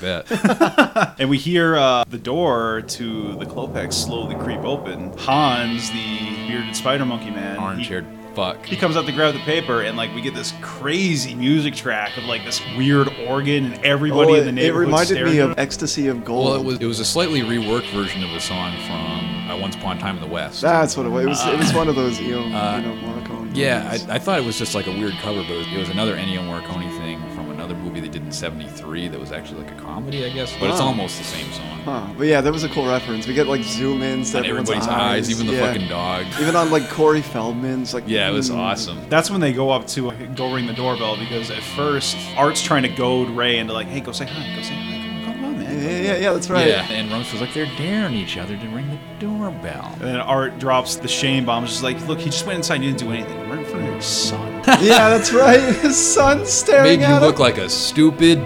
B: bet.
D: and we hear uh, the door to the Klopex slowly creep open. Hans, the bearded spider monkey man,
B: Orange
D: he-
B: haired fuck.
D: He comes up to grab the paper, and like we get this crazy music track of like this weird organ, and everybody
C: Oh,
D: in the
C: it, it
D: neighborhood.
C: reminded
D: staring
C: me
D: at
C: of
D: him.
C: Ecstasy of Gold.
B: Well, it was it was a slightly reworked version of a song from uh, Once Upon a Time in the West.
C: That's what it was. It was, it was one of those Ennio you know, Morricone.
B: Uh, yeah,
C: movies.
B: I, I thought it was just like a weird cover, but it was, it was another Ennio Morricone thing from another movie they did in '73 that was actually like a comedy, I guess. But it's
C: Huh.
B: almost the same song.
C: Huh. But yeah, that was a cool reference. We get like zoom ins to
B: On
C: everyone's
B: everybody's eyes, even the
C: yeah.
B: fucking dog.
C: Even on like Corey Feldman's like.
B: Yeah, it was
C: mm.
B: awesome.
D: That's when they go up to go ring the doorbell because at first Art's trying to goad Ray into like, "Hey, go say hi, go say hi, come on,
C: Yeah,
D: man."
C: yeah, yeah, yeah, that's right.
B: Yeah, and Rumsfeld's was like they're daring each other to ring the doorbell.
D: And then Art drops the shame bomb. Just like, look, he just went inside. He didn't do anything. We're in front of your son.
C: Yeah, that's right. His son's staring
B: Made you
C: at
B: look
C: him.
B: like a stupid.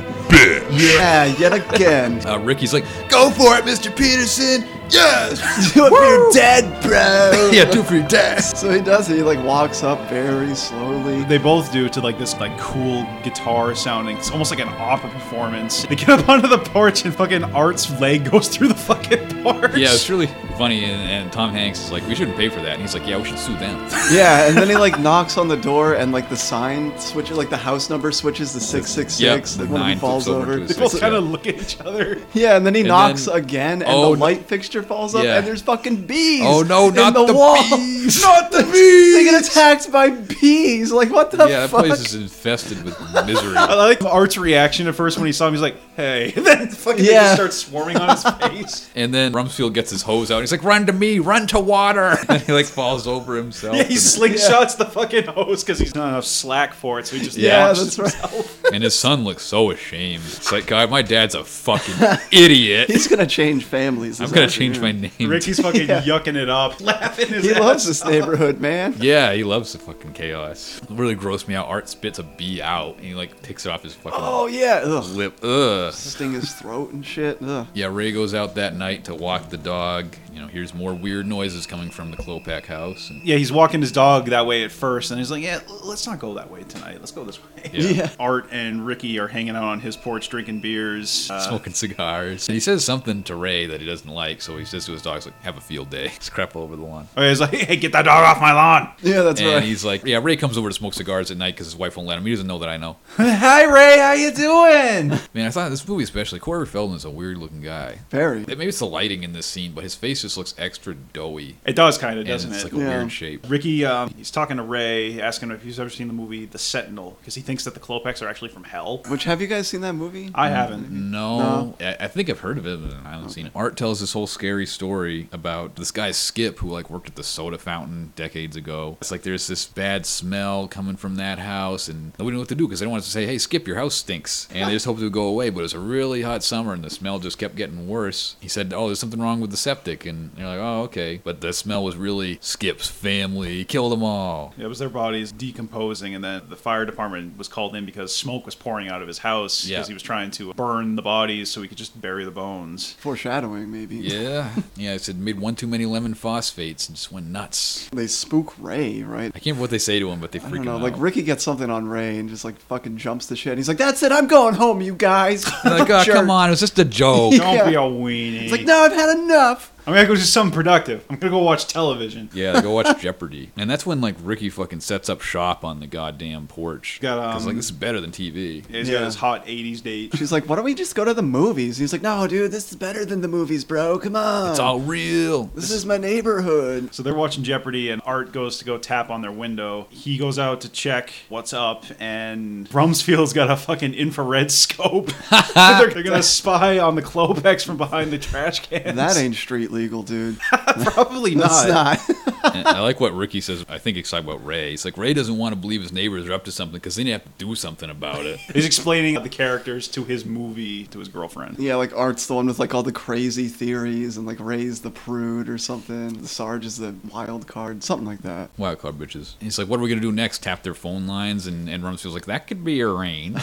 C: yeah, yet again.
B: Uh, Ricky's like, go for it, Mr. Peterson. Yes.
C: Do it for your dad, bro.
B: yeah, do it for your dad.
C: So he does it. He like walks up very slowly.
D: They both do to like this like cool guitar sounding. It's almost like an opera performance. They get up onto the porch and fucking Art's leg goes through the fucking porch.
B: Yeah, it's really funny. And, and Tom Hanks is like, we shouldn't pay for that. And he's like, yeah, we should sue them.
C: Yeah, and then he like knocks on the door, and like the sign switches, like the house number switches to six six six,
B: Yep,
C: and one of
B: nine
C: them falls
B: flips over
C: over.
B: to
D: They
B: his-
D: both
B: Yeah.
D: kind of look at each other.
C: Yeah, and then he
B: And
C: knocks
B: then-
C: again, and
B: oh,
C: the
B: no-
C: light fixture falls up,
B: Yeah.
C: and there's fucking bees.
B: Oh, no,
C: in
B: not
C: the,
B: the
C: wall.
B: bees.
C: not the bees. They get attacked by bees. Like what the
B: yeah, that
C: fuck?
B: place is infested with misery.
D: I like Art's reaction at first when he saw him. He's like, "Hey," and then fucking they just
C: Yeah.
D: starts swarming on his face.
B: And then Rumsfeld gets his hose out. And he's He's like, run to me, run to water. And he like falls over himself.
F: Yeah, he
B: and-
F: slingshots the fucking hose because he's not enough slack for it, so he just
B: Yeah,
F: launched
C: that's right.
F: himself.
B: and his son looks so ashamed. It's like, God, my dad's a fucking idiot.
C: He's gonna change families.
B: I'm
C: this
B: gonna change my
C: afternoon.
B: name.
F: Ricky's fucking yucking it up, laughing his
C: He
F: ass
C: loves this
F: off.
C: neighborhood, man.
B: Yeah, he loves the fucking chaos. It really grossed me out. Art spits a bee out, and he like picks it off his fucking
C: Oh yeah. Ugh.
B: lip. Ugh.
C: Sting his throat and shit. Ugh.
B: Yeah, Ray goes out that night to walk the dog. You know, here's more weird noises coming from the Klopak house. And
F: Yeah, he's walking his dog that way at first, and he's like,
D: Yeah, l- let's not go that way tonight. Let's go this way.
B: Yeah.
C: Yeah.
D: Art and Ricky are hanging out on his porch drinking beers. Uh,
B: smoking cigars. And he says something to Ray that he doesn't like, so he says to his dogs, like, have a field day. He's crap all over the lawn.
D: oh, he's like, hey, get that dog off my lawn.
C: Yeah, that's
B: and
C: right.
B: he's like, yeah, Ray comes over to smoke cigars at night because his wife won't let him. He doesn't know that I know.
D: Hi, Ray. How you doing?
B: Man, I thought this movie especially, Corey Feldman's a weird looking guy.
C: Very.
B: Maybe it's the lighting in this scene, but his face just looks extra doughy.
D: It does kind of,
B: And
D: doesn't
B: it's like
D: it?
B: a
C: Yeah.
B: weird shape.
D: Ricky, um, he's talking to Ray, asking him if he's ever seen the movie The Sentinel, because he thinks that the Klopeks are actually from hell.
C: Which have you guys seen that movie?
B: Mm.
D: I haven't.
B: No, I, I think I've heard of it, but I haven't seen it. Art tells this whole scary story about this guy Skip, who like worked at the soda fountain decades ago. It's like there's this bad smell coming from that house, and nobody knew what to do because they don't want to say, "Hey, Skip, your house stinks," and they just hoped it would go away. But it was a really hot summer, and the smell just kept getting worse. He said, "Oh, there's something wrong with the septic," and you're like, "Oh, okay," but the smell was really Skip's family He killed them all.
D: It was their bodies decomposing, and then the fire department was called in because smoke was pouring out of his house because
B: Yeah.
D: he was trying to burn the bodies so he could just bury the bones.
C: Foreshadowing, maybe.
B: Yeah, yeah. I said made one too many lemon phosphates and just went nuts.
C: They spook Ray, right?
B: I can't remember what they say to him, but they freak
C: I
B: him
C: don't know.
B: out.
C: Like Ricky gets something on Ray and just like fucking jumps the shit. He's like, "That's it. I'm going home, you guys."
B: They're like, oh,
C: Jerk.
B: come on, it was just a joke.
D: Don't
C: Yeah.
D: be a weenie.
C: He's like, "No, I've had enough."
D: I'm gonna go do something productive. I'm gonna go watch television.
B: yeah, go watch Jeopardy. And that's when like Ricky fucking sets up shop on the goddamn porch.
D: Got,
B: Cause,
D: um,
B: like this is better than TV.
D: He's
C: Yeah.
D: got his hot '80s date.
C: She's like, "Why don't we just go to the movies?" And he's like, "No, dude, this is better than the movies, bro. Come on,
B: It's all real.
C: this is my neighborhood."
D: So they're watching Jeopardy, and Art goes to go tap on their window. He goes out to check what's up, and Rumsfeld's got a fucking infrared scope. they're, they're gonna spy on the Klopex from behind the trash cans.
C: That ain't street legal, dude.
D: probably not.
C: That's not.
B: And I like what Ricky says. I think he's talking about Ray. He's like Ray doesn't want to believe his neighbors are up to something because then you have to do something about it.
D: He's explaining the characters to his movie to his girlfriend.
C: yeah, like Art's the one with like all the crazy theories, and like Ray's the prude or something. Sarge is the wild card, something like that.
B: Wild card bitches. He's like, what are we gonna do next? Tap their phone lines, and and Rumsfeld's like, that could be arranged.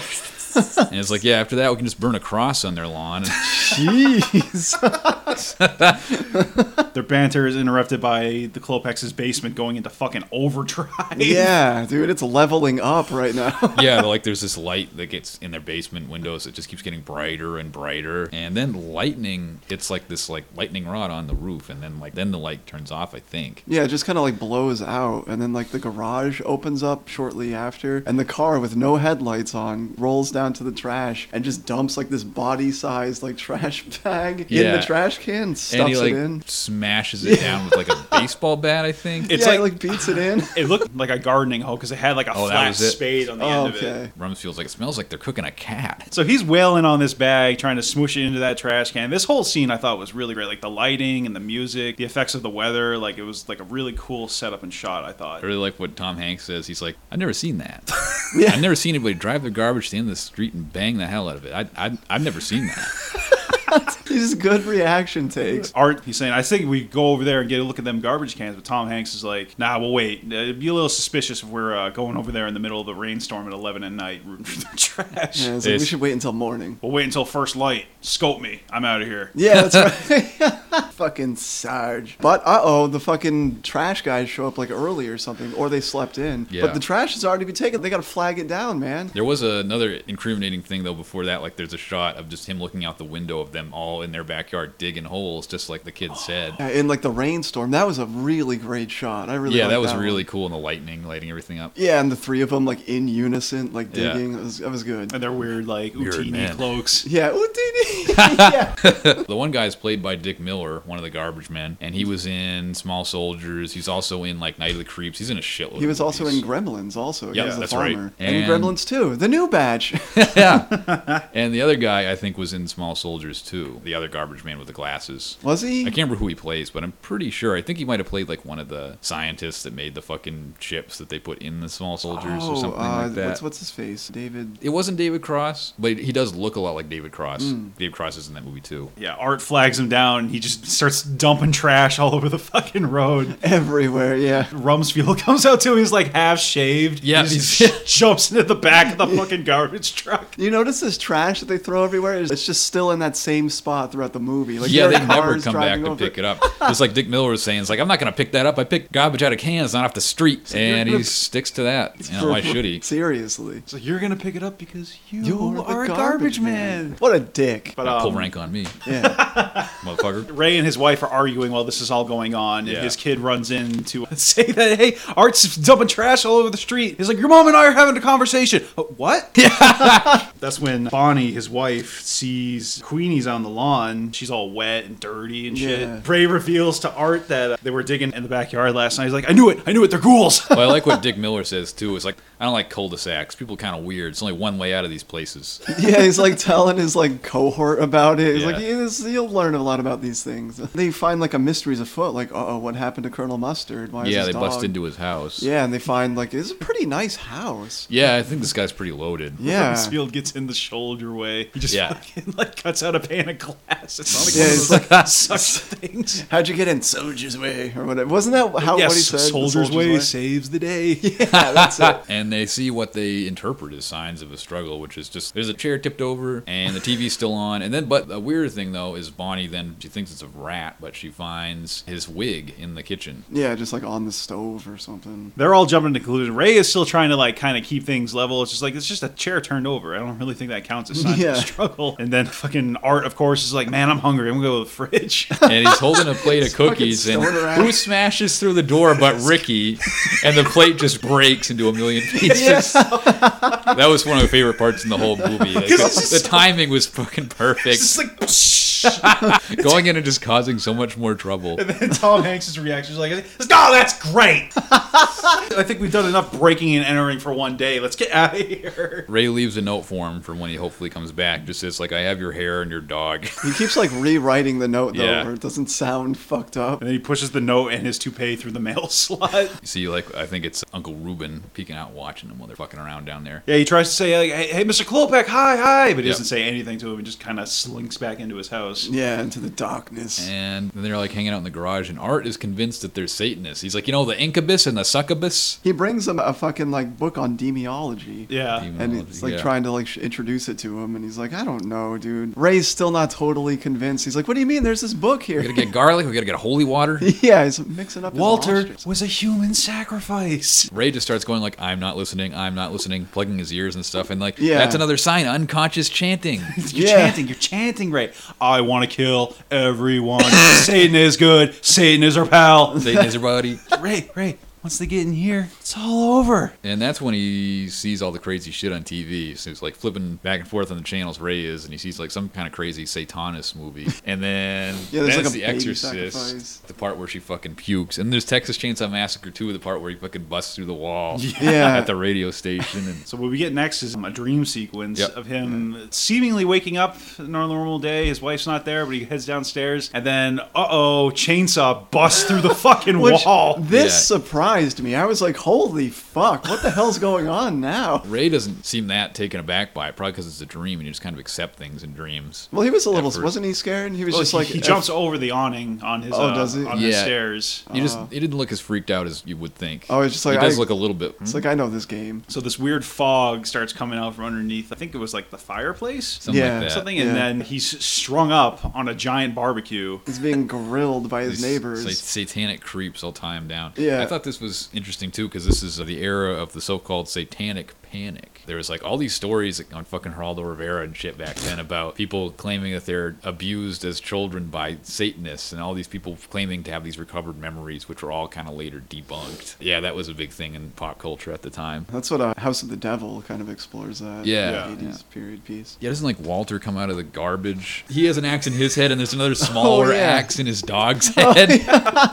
B: and it's like, yeah, after that we can just burn a cross on their lawn.
C: Jeez.
D: Their banter is interrupted by the Klopex's basement going into fucking overdrive.
C: yeah, dude, it's leveling up right now.
B: yeah, like there's this light that gets in their basement windows that just keeps getting brighter and brighter, and then lightning hits like this like lightning rod on the roof, and then like then the light turns off. I think.
C: Yeah, it just kind of like blows out, and then like the garage opens up shortly after, and the car with no headlights on rolls down to the trash and just dumps like this body-sized like trash bag in
B: Yeah.
C: the trash can, stuffs
B: and he like
C: it in.
B: smashes it down with like a baseball bat. I think.
D: It's
C: yeah,
D: like,
C: like, like beats it in.
D: it looked like a gardening hoe because it had like a
B: Oh, that
D: flat
B: was it.
D: spade on the
C: Oh,
D: end of it.
C: okay.
B: Rumsfeld's like it smells like they're cooking a cat.
D: So he's wailing on this bag, trying to smoosh it into that trash can. This whole scene I thought was really great, like the lighting and the music, the effects of the weather. Like it was like a really cool setup and shot. I
B: I
D: thought.
B: really like what Tom Hanks says. He's like, I've never seen that.
C: Yeah.
B: I've never seen anybody drive their garbage to the end of the street and bang the hell out of it. I, I, I've never seen that.
C: These good reaction takes.
D: Art, he's saying, I think we go over there and get a look at them garbage cans. But Tom Hanks is like, Nah, we'll wait. Uh, It'd be a little suspicious if we're uh, going over there in the middle of a rainstorm at 11 at night, rooting for the trash.
C: Yeah, it's like, we
B: It's-
C: should wait until morning.
D: We'll wait until first light. Scope me. I'm out of here.
C: Yeah, that's right. fucking Sarge. But uh oh, the fucking trash guys show up like early or something, or they slept in.
B: Yeah.
C: But the trash has already been taken. They gotta flag it down, man.
B: There was another incriminating thing though before that. Like, there's a shot of just him looking out the window of them all in their backyard digging holes, just like the kid said.
C: Yeah, in like the rainstorm. That was a really great shot. I really
B: yeah,
C: liked
B: that was
C: one.
B: really cool. And the lightning, lighting everything up.
C: Yeah, and the three of them like in unison, like
B: Yeah.
C: digging. That was, that was good.
D: And they're weird, like,
B: Weird
D: Utini
B: man.
D: cloaks.
C: Yeah, ooh, dee, dee. yeah.
B: The one guy is played by Dick Miller, one of the garbage men, and he was in Small Soldiers. He's also in like Night of the Creeps. He's in a shitload.
C: He
B: of
C: was also in
B: movies.
C: Gremlins, also.
B: Yeah,
C: he was a
B: that's right.
C: farmer. And, in
B: And-
C: Gremlins too, the new badge.
B: yeah. and the other guy I think was in Small Soldiers too. The other garbage man with the glasses.
C: Was he?
B: I can't remember who he plays, but I'm pretty sure. I think he might have played like one of the scientists that made the fucking chips that they put in the small soldiers or something
C: uh,
B: like that.
C: What's, what's his face? David.
B: it wasn't David Cross, but he does look a lot like David Cross.
C: Hmm.
B: David Cross is in that movie too.
D: Yeah, Art flags him down. And he just starts dumping trash all over the fucking road.
C: Everywhere, yeah.
D: Rumsfeld comes out to him. He's like half shaved.
B: Yeah,
D: he just
B: he's-
D: jumps into the back of the fucking garbage truck.
C: You notice this trash that they throw everywhere? It's just still in that same spot throughout the movie. Like
B: yeah,
C: there
B: they
C: are
B: never
C: cars
B: come back
C: driving
B: to
C: over
B: pick it up. Just like Dick Miller was saying, it's like I'm not gonna pick that up. I picked garbage out of cans, not off the street,
C: you're
B: and
C: gonna-
B: he sticks to that. And why should he?
C: Seriously.
E: So you're gonna pick it up because you
C: You're
E: are a
C: the
E: garbage man.
C: What a dick.
D: But
B: Pull
D: um,
B: rank on me,
C: Yeah.
B: motherfucker.
D: Ray and his wife are arguing while this is all going on, and
B: Yeah.
D: his kid runs in to say that hey, Art's dumping trash all over the street. He's like, your mom and I are having a conversation. "Uh, What? That's when Bonnie, his wife, sees Queenie's on the lawn. She's all wet and dirty and shit.
C: Yeah.
D: Ray reveals to Art that uh, they were digging in the backyard last night. He's like, I knew it, I knew it. They're ghouls.
B: Well, I like what Dick Miller says too. It's like I don't like cul-de-sacs. People are kind of weird. It's only one way out of these places.
C: yeah, he's like telling his like cohort about it. He's like,
B: Yeah.
C: yeah, this, you'll learn a lot about these things. They find like a mysteries afoot. Like, uh oh, what happened to Colonel Mustard? Why is
B: yeah,
C: his
B: they bust
C: dog-
B: into his house.
C: Yeah, and they find like it's a pretty nice house.
B: Yeah, I think this guy's pretty loaded.
C: Yeah.
D: Rumsfeld gets in the shoulder way. He just
B: Yeah.
D: fucking like cuts out a pane of glass. It's not like
C: Yeah,
D: one of
C: it's
D: those, like such things.
C: How'd you get in? Soldier's way or whatever. Wasn't that how
D: yes,
C: what he said? The
D: soldier's, way, saves the day.
C: Yeah, that's it.
B: And they see what they interpret as signs of a struggle, which is just there's a chair tipped over and the TV's still on. And then, but a weird thing though is Bonnie then she thinks it's a rat, but she finds his wig in the kitchen.
C: Yeah, just like on the stove or something.
D: They're all jumping to conclusion. Ray is still trying to like kind of keep things level. It's just like it's just a chair turned over. I don't really think that counts as signs
C: Yeah.
D: of struggle. And then fucking Art, of course, is like, "Man, I'm hungry. I'm gonna go to the fridge."
B: And he's holding a plate of cookies, and
C: stoner rat.
B: who smashes through the door but Ricky? And the plate just breaks into a million pieces. That was one of my favorite parts in the whole movie. Like,
D: Because it's
B: the
D: just-
B: timing was fucking
D: It's
B: perfect.
D: like. "Psh."
B: Going in and just causing so much more trouble.
D: And then Tom Hanks' reaction is like, "Oh, that's great." I think we've done enough breaking and entering for one day. Let's get out of here.
B: Ray leaves a note for him for when he hopefully comes back. Just says like, "I have your hair and your dog."
C: He keeps like rewriting the note though,
B: Yeah.
C: where it doesn't sound fucked up.
D: And then he pushes the note and his toupee through the mail slot.
B: You see, like I think it's Uncle Reuben peeking out, watching them while they're fucking around down there.
D: Yeah, he tries to say, like, hey, hey, Mr. Klopek, hi, hi, but he
B: Yeah.
D: doesn't say anything to him and just kind of slinks back into his house.
C: Yeah, into the darkness.
B: And then they're like hanging out in the garage, and Art is convinced that they're Satanists. He's like, you know, the incubus and the succubus.
C: He brings him a fucking like book on demiology.
D: Yeah.
B: Demon-
C: And it's like
B: Yeah.
C: trying to like sh- introduce it to him, and he's like, I don't know, dude. Ray's still not totally convinced. He's like, What do you mean? There's this book here.
B: We gotta get garlic. We gotta get holy water.
C: yeah, he's mixing up. his
D: Walter
C: monsters.
D: was a human sacrifice.
B: Ray just starts going like, "I'm not listening. I'm not listening," plugging his ears and stuff. And like,
C: Yeah.
B: that's another sign, unconscious chanting.
D: You're
C: Yeah.
D: chanting, you're chanting, right? I want to kill everyone. Satan is good. Satan is our pal.
B: Satan is everybody.
D: Ray, Ray, once they get in here, it's all over.
B: And that's when he sees all the crazy shit on TV. So he's like flipping back and forth on the channels Ray is, and he sees like some kind of crazy Satanist movie. And then
C: Yeah, there's,
B: then
C: like,
B: it's
C: a
B: The
C: baby
B: Exorcist,
C: sacrifice.
B: the part where she fucking pukes. And there's Texas Chainsaw Massacre 2, the part where he fucking busts through the wall
C: Yeah.
B: at the radio station. And
D: So what we get next is a dream sequence
B: Yep.
D: of him seemingly waking up on a normal day. His wife's not there, but he heads downstairs, and then uh oh, chainsaw busts through the fucking
C: Which
D: wall.
C: this
B: Yeah.
C: surprised me. I was like, Holy fuck! What the hell's going on now?
B: Ray doesn't seem that taken aback by it, probably because it's a dream and you just kind of accept things in dreams.
C: Well, he was a little.
B: first- Oh,
C: Wasn't he scared? He was
D: Well,
C: just
D: he,
C: like
D: he jumps over the awning on his
C: Oh,
D: uh,
C: does he?
D: on the
B: Yeah.
D: stairs.
B: He just he didn't look as freaked out as you would think.
C: Uh. Oh, it's just like,
B: he does
C: I-
B: look a little bit. hmm,
C: It's like I know this game.
D: So this weird fog starts coming out from underneath. I think it was like the fireplace,
B: something
C: Yeah.
B: like that.
D: something, and
C: Yeah.
D: then he's strung up on a giant barbecue.
C: He's being grilled by his
B: These sa-
C: neighbors.
B: satanic creeps all tie him down.
C: Yeah.
B: I thought this was interesting too because this is uh, the era of the so-called satanic panic. There was like all these stories on fucking Geraldo Rivera and shit back then about people claiming that they're abused as children by Satanists and all these people claiming to have these recovered memories, which were all kind of later debunked. Yeah, that was a big thing in pop culture at the time.
C: That's what uh, House of the Devil kind of explores that.
B: Yeah.
C: the 80s period piece.
B: Yeah, doesn't like Walter come out of the garbage? He has an axe in his head, and there's another smaller
C: Oh, yeah. Oh,
B: axe in his dog's head.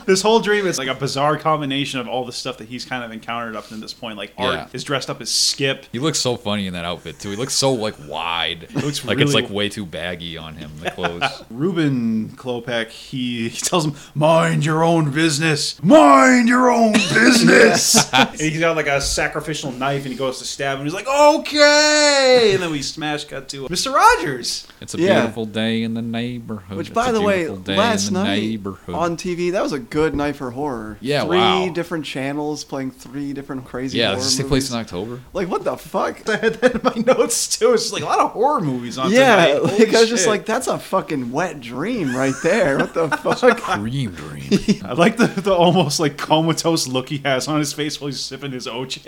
D: This whole dream is like a bizarre combination of all the stuff that he's kind of encountered up to this point. Like Art
B: Yeah.
D: is dressed up as Skip skip.
B: He looks so funny in that outfit too. He looks so like wide.
D: looks
B: like it's
D: really-
B: like way too baggy on him. The clothes.
D: Ruben Klopek, he, he tells him, "Mind your own business. Mind your own business." and he's got like a sacrificial knife, and he goes to stab him. He's like, "Okay," and then we smash cut to Mr. Rogers.
B: It's a
C: Yeah.
B: beautiful day in the neighborhood.
C: Which,
B: It's
C: by
B: a
C: the way,
B: beautiful day in
C: last
B: the
C: night
B: neighborhood.
C: on TV, that was a good night for horror.
B: Yeah,
C: three
B: wow.
C: different channels playing three different crazy.
B: yeah,
C: horror
B: this took place in
C: movies.
B: October.
C: Like what the fuck?
D: I had that in my notes too. It's just like a lot of horror movies on
C: yeah,
D: tonight.
C: like,
D: Holy
C: I was just
D: shit.
C: like, that's a fucking wet dream right there. What the fuck?
B: Dream, dream.
D: I like the, the almost like comatose look he has on his face while he's sipping his OJ.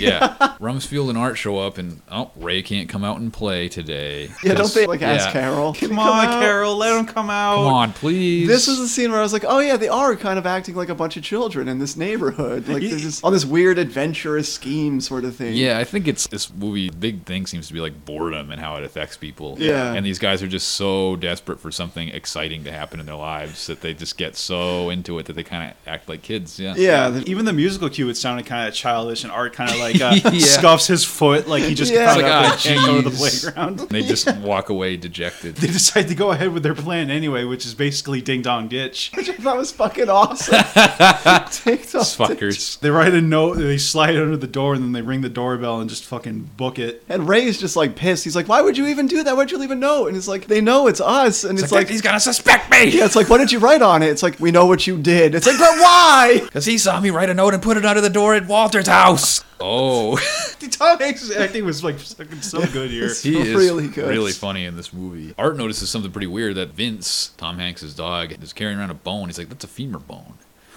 B: yeah. Rumsfeld and Art show up, and oh, Ray can't come out and play today.
C: Yeah, don't
B: 'cause-
C: they like ask
B: yeah.
C: Carol?
D: come on, Carol, let him come out.
B: Come on, please.
C: This was the scene where I was like, oh yeah, they are kind of acting like a bunch of children in this neighborhood. Like they're just on this weird adventurous scheme sort of thing.
B: Yeah, I think it's this movie. Big thing seems to be like boredom and how it affects people.
C: Yeah.
B: and these guys are just so desperate for something exciting to happen in their lives that they just get so into it that they kind of act like kids. Yeah,
C: Yeah. the-
D: Even the musical cue, it sounded kind of childish, and Art kind of like uh,
B: Yeah.
D: scuffs his foot like he just
C: Yeah.
D: found
B: It's like,
D: out
B: "Ah,
D: they can't go to the
B: jeez."
D: playground.
B: they just walk away dejected.
D: They decide to go ahead with their plan anyway, which is basically Ding Dong Ditch.
C: Which I thought was fucking awesome. Ticked off
B: These fuckers.
D: They write a note, they slide it under the door, and then they ring the doorbell and just fucking book it.
C: And Ray's just like pissed. He's like, "Why would you even do that? Why'd you leave a note?" And it's like, "They know it's us." And it's, like,
B: he's gonna suspect me
C: "Yeah, it's like, what did you write on it?" It's like, "We know what you did." It's like, "But why?"
B: because he saw me write a note and put it under the door at Walter's house. Oh,
D: Tom Hanks' acting was like fucking so good here.
B: he is
C: Really good.
B: really funny in this movie. Art notices something pretty weird that Vince, Tom Hanks' dog, is carrying around a bone. He's like, "That's a femur bone.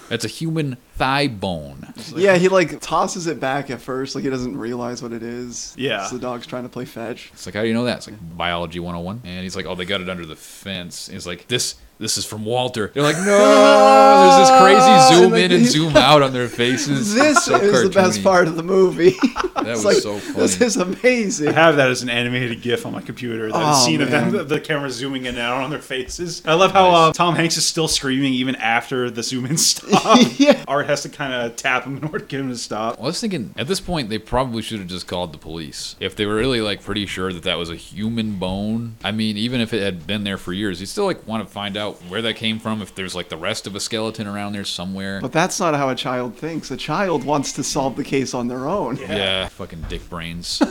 B: That's a human thigh bone."
C: yeah, he like tosses it back at first, like he doesn't realize what it is.
D: Yeah.
C: so the dog's trying to play fetch.
B: It's like, how do you know that? It's like biology 101. And he's like, oh, they got it under the fence. And he's like, this this is from Walter. They're like, no. There's this crazy zoom in and zoom out on their faces.
C: This
B: So
C: is the best
B: cartoony.
C: part of the movie.
B: That was
C: like,
B: so funny.
C: This is
D: I
C: amazing.
D: have that as an animated GIF on my computer. That
C: Oh,
D: scene of
C: man.
D: them, the camera zooming in and out on their faces. I love how uh, Tom Hanks is still screaming even after the zoom in stop.
C: Yeah.
D: Art has to kind of tap him in order to get him to stop.
B: I was thinking, at this point, they probably should have just called the police. If they were really, like, pretty sure that that was a human bone, I mean, even if it had been there for years, you still, like, want to find out where that came from, if there's, like, the rest of a skeleton around there somewhere.
C: But that's not how a child thinks. A child wants to solve the case on their own.
B: Yeah. yeah. Fucking dick brains.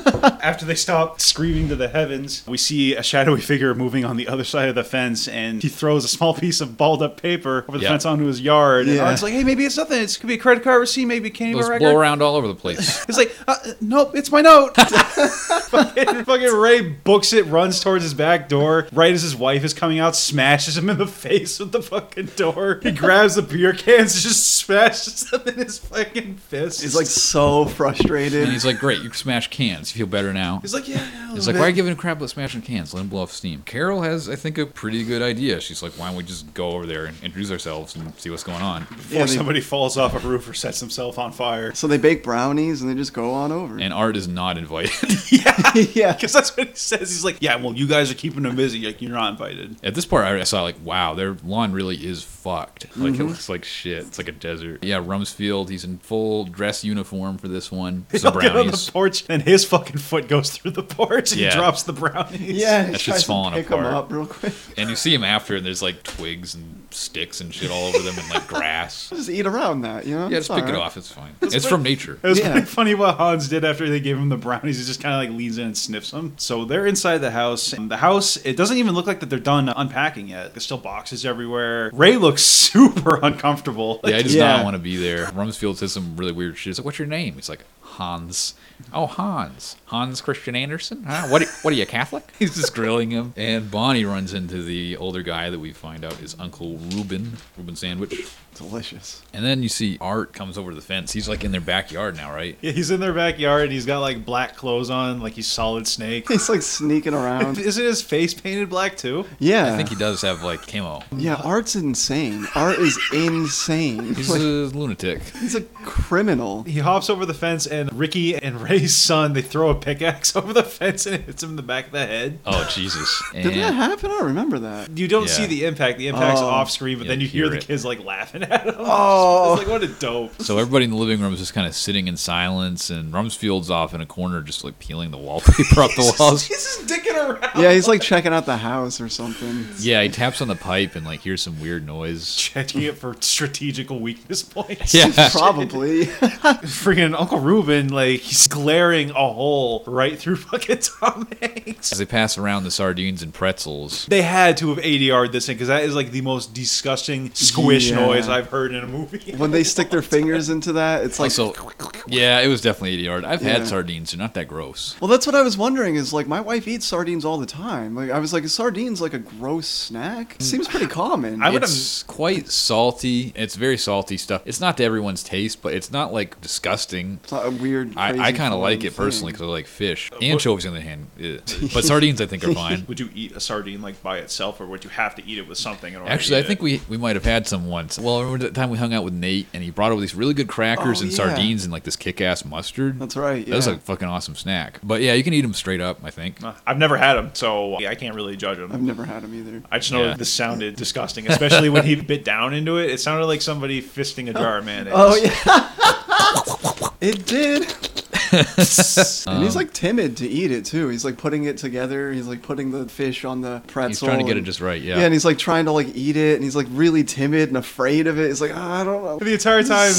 D: After they stop screaming to the heavens, we see a shadowy figure moving on the other side of the fence, and he throws a small piece of balled up paper over the
B: Yeah.
D: fence onto his yard. And
C: Yeah.
D: Art's like, hey, maybe it's nothing. It could be a credit card receipt. Maybe it can't
B: Those
D: even record.
B: blow around all over the place.
D: He's like, uh, uh, nope, it's my note. fucking, fucking Ray books it, runs towards his back door. Right as his wife is coming out, smashes him in the face with the fucking door. He grabs the beer cans and just smashes them in his fucking fist.
C: He's like so frustrated.
B: And he's like, great, you smash cans. You feel better now.
D: he's like, yeah.
B: It's like, why are you giving a crap about smashing cans? Let him blow off steam. Carol has, I think, a pretty good idea. She's like, why don't we just go over there and introduce ourselves and see what's going on?
D: Before
C: Yeah, they-
D: somebody falls off a roof or sets himself on fire.
C: So they bake brownies and they just go on over.
B: And Art is not invited.
C: yeah.
D: Because that's what he says. He's like, yeah, well, you guys are keeping him busy. Like, you're not invited.
B: At this part, I saw like, wow, their lawn really is fucked. Like
D: Mm-hmm.
B: it looks like shit. It's like a desert. Yeah, Rumsfeld, he's in full dress uniform for this one.
D: He'll
B: Some
D: get on the
B: brownies.
D: porch, and his fucking foot goes through the porch, and
B: Yeah.
D: he drops the brownies.
C: Yeah,
B: That
C: he
B: shit's
C: tries to
B: falling
C: pick
B: apart.
C: them up real quick.
B: And you see him after, and there's like twigs and sticks and shit all over them, and like grass.
C: Just eat around that, you know?
B: Yeah,
C: It's
B: just pick it
C: alright.
B: off. It's fine. It's from nature.
D: It was
C: Yeah.
D: pretty funny what Hans did after they gave him the brownies. He just kind of like leans in and sniffs them. So they're inside the house. And the house, it doesn't even look like that they're done unpacking yet. There's still boxes everywhere. Ray looks super uncomfortable.
B: Yeah, I
D: Like,
B: does
C: Yeah.
B: not want to be there. Rumsfeld says some really weird shit. He's like, "What's your name?" He's like, "Hans." Oh, Hans. Hans Christian Andersen. Huh? What? What are you Catholic? He's just grilling him. And Bonnie runs into the older guy that we find out is Uncle Reuben, Reuben Sandwich.
C: Delicious.
B: And then you see Art comes over the fence. He's like in their backyard now, right?
D: yeah, he's in their backyard. He's got like black clothes on, like he's solid snake.
C: He's like sneaking around.
D: Isn't his face painted black too?
C: Yeah.
B: I think he does have like camo.
C: yeah, art's insane. Art is insane.
B: He's
C: Like,
B: a lunatic.
C: he's a criminal.
D: He hops over the fence and when Ricky and Ray's son they throw a pickaxe over the fence and it hits him in the back of the head.
B: Oh Jesus!
C: Did that
B: And-
C: happen? I don't remember that.
D: You don't
B: Yeah.
D: see the impact. The impact's
C: Oh.
D: off screen, but
B: Yeah,
D: then you
B: you
D: hear
B: hear
D: the
B: it.
D: kids like laughing at him.
C: Oh.
D: it's like what a dope.
B: So everybody in the living room is just kind of sitting in silence, and Rumsfeld's off in a corner, just like peeling the wallpaper off the walls.
D: He's just dicking
B: Oh.
D: around.
C: Yeah, he's like checking out the house or something.
B: Yeah, he taps on the pipe and like hears some weird noise.
D: Checking it for strategical weakness points.
B: Yeah,
C: Probably.
D: Freaking Uncle Reuben, like, he's glaring a hole right through fucking Tom Hanks.
B: as they pass around the sardines and pretzels,
D: They had to have ADR'd this in because that is like the most disgusting squish
C: Yeah.
D: noise I've heard in a movie.
C: when they stick their fingers into that, it's like.
B: also, yeah, it was definitely 80 yard. I've
C: Yeah.
B: had sardines; they're not that gross.
C: well, that's what I was wondering. Is like my wife eats sardines all the time. Like I was like, is sardines like a gross snack?
B: Mm.
C: Seems pretty common.
D: I would-
B: It's quite salty. It's very salty stuff. It's not to everyone's taste, but it's not like disgusting.
C: It's not a weird.
B: I, I
C: crazy
B: kind of like it
C: foreign
B: personally
C: thing.
B: because I like fish. Anchovies, on the other hand, eh. but sardines I think are fine.
D: Would you eat a sardine like by itself, or would you have to eat it with something? In order
B: Actually, I think we, we might have had some once. Well, remember the time we hung out with Nate and he brought over these really good crackers
C: Oh,
B: and
C: yeah.
B: sardines and like this kick ass mustard?
C: That's right,
B: That was
C: yeah.
B: a fucking awesome snack. But yeah, you can eat them straight up, I think.
D: Uh, I've never had them, so I can't really judge
C: I've
D: them.
C: never had them either.
D: I just know
B: Yeah.
D: this sounded disgusting, especially when he bit down into it. It sounded like somebody fisting a jar of mayonnaise.
C: Oh yeah, it did. and he's
B: Um,
C: like timid to eat it too. He's like putting it together. He's like putting the fish on the pretzel.
B: He's trying to get it
C: and-
B: just right, yeah.
C: Yeah, and he's like trying to like eat it, and he's like really timid and afraid of it. He's like, "Ah, I don't know.
D: The entire time,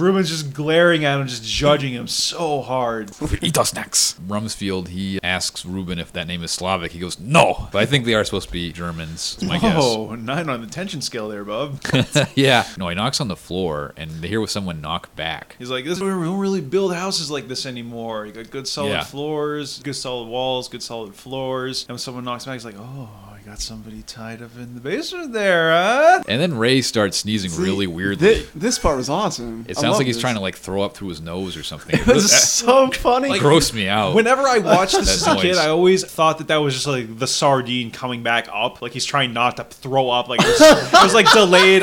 D: Ruben's just glaring at him, just judging him so hard.
B: eat those snacks. Rumsfeld, he asks Ruben if that name is Slavic. He goes, no. But I think they are supposed to be Germans, is my
D: Oh, nine on the tension scale there, bub.
B: guess. yeah. No, he knocks on the floor and they hear someone knock back.
D: He's like, this, we don't really build houses like this anymore. You got good solid
B: Yeah.
D: floors, good solid walls, good solid floors. And when someone knocks back, he's like, oh, I got somebody tied up in the basement there, huh?
B: And then Ray starts sneezing really
C: Thi-
B: weirdly.
C: this part was awesome.
B: it sounds like he's trying to like throw up through his nose or something.
C: It was so funny.
B: It grossed me out.
D: Whenever I watched this
B: That
D: as a kid,
B: noise.
D: I always thought that that was just like the sardine coming back up, like he's trying not to throw up, like it was, it was like delayed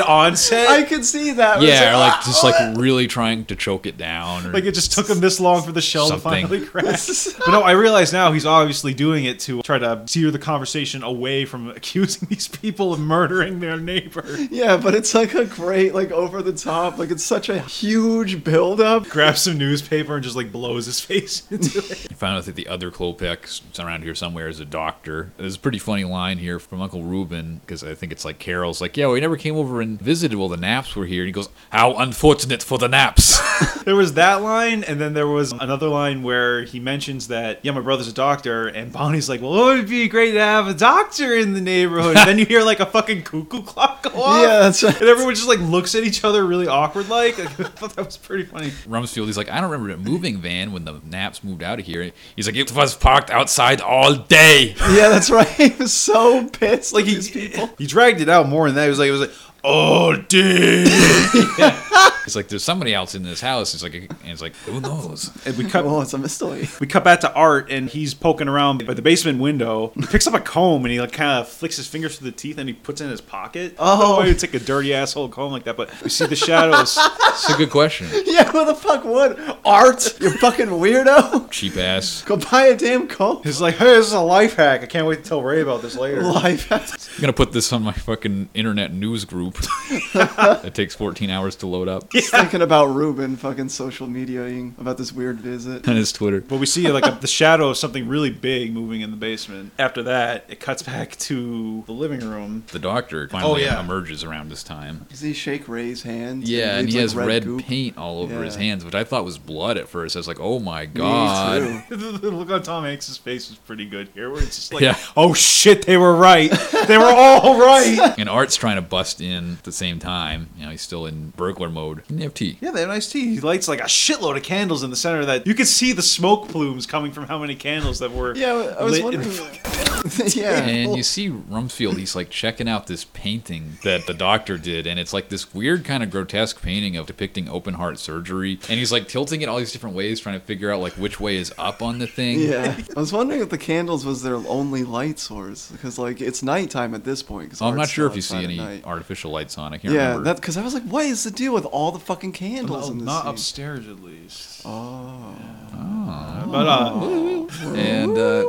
D: onset.
C: I could see that. It was
B: yeah, or
C: like,
B: like just like really trying to choke it down. Or,
D: Like it just took him this long for the shell
B: Something.
D: to finally crack. but no, I realize now he's obviously doing it to try to steer the conversation away from accusing these people of murdering their neighbor.
C: yeah, but it's like a great like over the top. Like it's such a huge buildup.
D: Grabs some newspaper and just like blows his face into it.
B: I found out that the other Klopek around here somewhere is a doctor. There's a pretty funny line here from Uncle Reuben because I think it's like Carol's like, yeah, we never came over and visited while the Naps were here. And he goes, how unfortunate for the Naps.
D: There was that line, and then there was another line where he mentions that, yeah, my brother's a doctor, and Bonnie's like, well, it would be great to have a doctor in the neighborhood. and then you hear like a fucking cuckoo clock go off.
C: Yeah, that's right.
D: And everyone just like looks at each other really awkward like. I thought that was pretty funny.
B: Rumsfeld, he's like, I don't remember a moving van when the Naps moved out of here. He's like, it was parked outside all day.
C: Yeah, that's right. He was so pissed.
D: like
C: Like
D: he,
C: these people.
D: he dragged it out more than that. He was like, it was like, oh, dude.
B: He's like, there's somebody else in this house. He's like, and it's like, who knows?
D: And we cut.
C: Oh, it's a mystery.
D: We cut back to Art, and he's poking around by the basement window. He picks up a comb, and he like kind of flicks his fingers through the teeth, and he puts it in his pocket.
C: Oh.
D: no way would take a dirty asshole comb like that. But we see the shadows.
B: It's a good question.
C: Yeah, who the fuck would? Art, you fucking weirdo.
B: Cheap ass.
C: Go buy a damn coat.
D: He's like, hey, this is a life hack. I can't wait to tell Ray about this later.
C: Life.
B: I'm gonna put this on my fucking internet news group. it takes 14 hours to load up
C: Just thinking about Ruben fucking social mediaing about this weird visit.
B: on his Twitter.
D: But we see like a, the shadow of something really big moving in the basement. After that, it cuts back to the living room.
B: The doctor finally
D: yeah.
B: emerges around this time.
C: Does he shake Ray's hand?
B: Yeah, and
C: leaves,
B: he
C: like,
B: has red,
C: goop?
B: paint all over his
C: Yeah.
B: hands, which I thought was blood at first. I was like, "Oh my
C: Me
B: god!"
C: too.
D: the look on Tom Hanks's face is pretty good here, where it's just like,
B: Yeah.
D: oh shit, they were right. They were all right.
B: And Art's trying to bust in at the same time. You know, he's still in burglar mode. He didn't have tea.
D: yeah, they have nice tea. He lights like a shitload of candles in the center of that. You could see the smoke plumes coming from how many candles that were
C: Yeah, I
D: lit
C: was
D: in
C: wondering.
D: the-
C: yeah.
B: And
C: well,
B: you see Rumsfeld, he's like checking out this painting that the doctor did, and it's like this weird kind of grotesque painting of depicting open heart surgery. And he's like tilting it all these different ways, trying to figure out like which way is up on the thing.
C: yeah. I was wondering if the candles was their only light source because like it's nighttime at this point. 'cause
B: I'm not
C: art's
B: sure
C: still
B: if you see
C: outside at
B: any
C: night.
B: artificial lights on. I can't
C: Yeah,
B: remember.
C: that because I was like, what is the deal with all the fucking candles
D: Well,
C: in this?
D: Oh, not
C: scene?
D: upstairs at least.
C: Oh.
D: But uh,
B: and uh,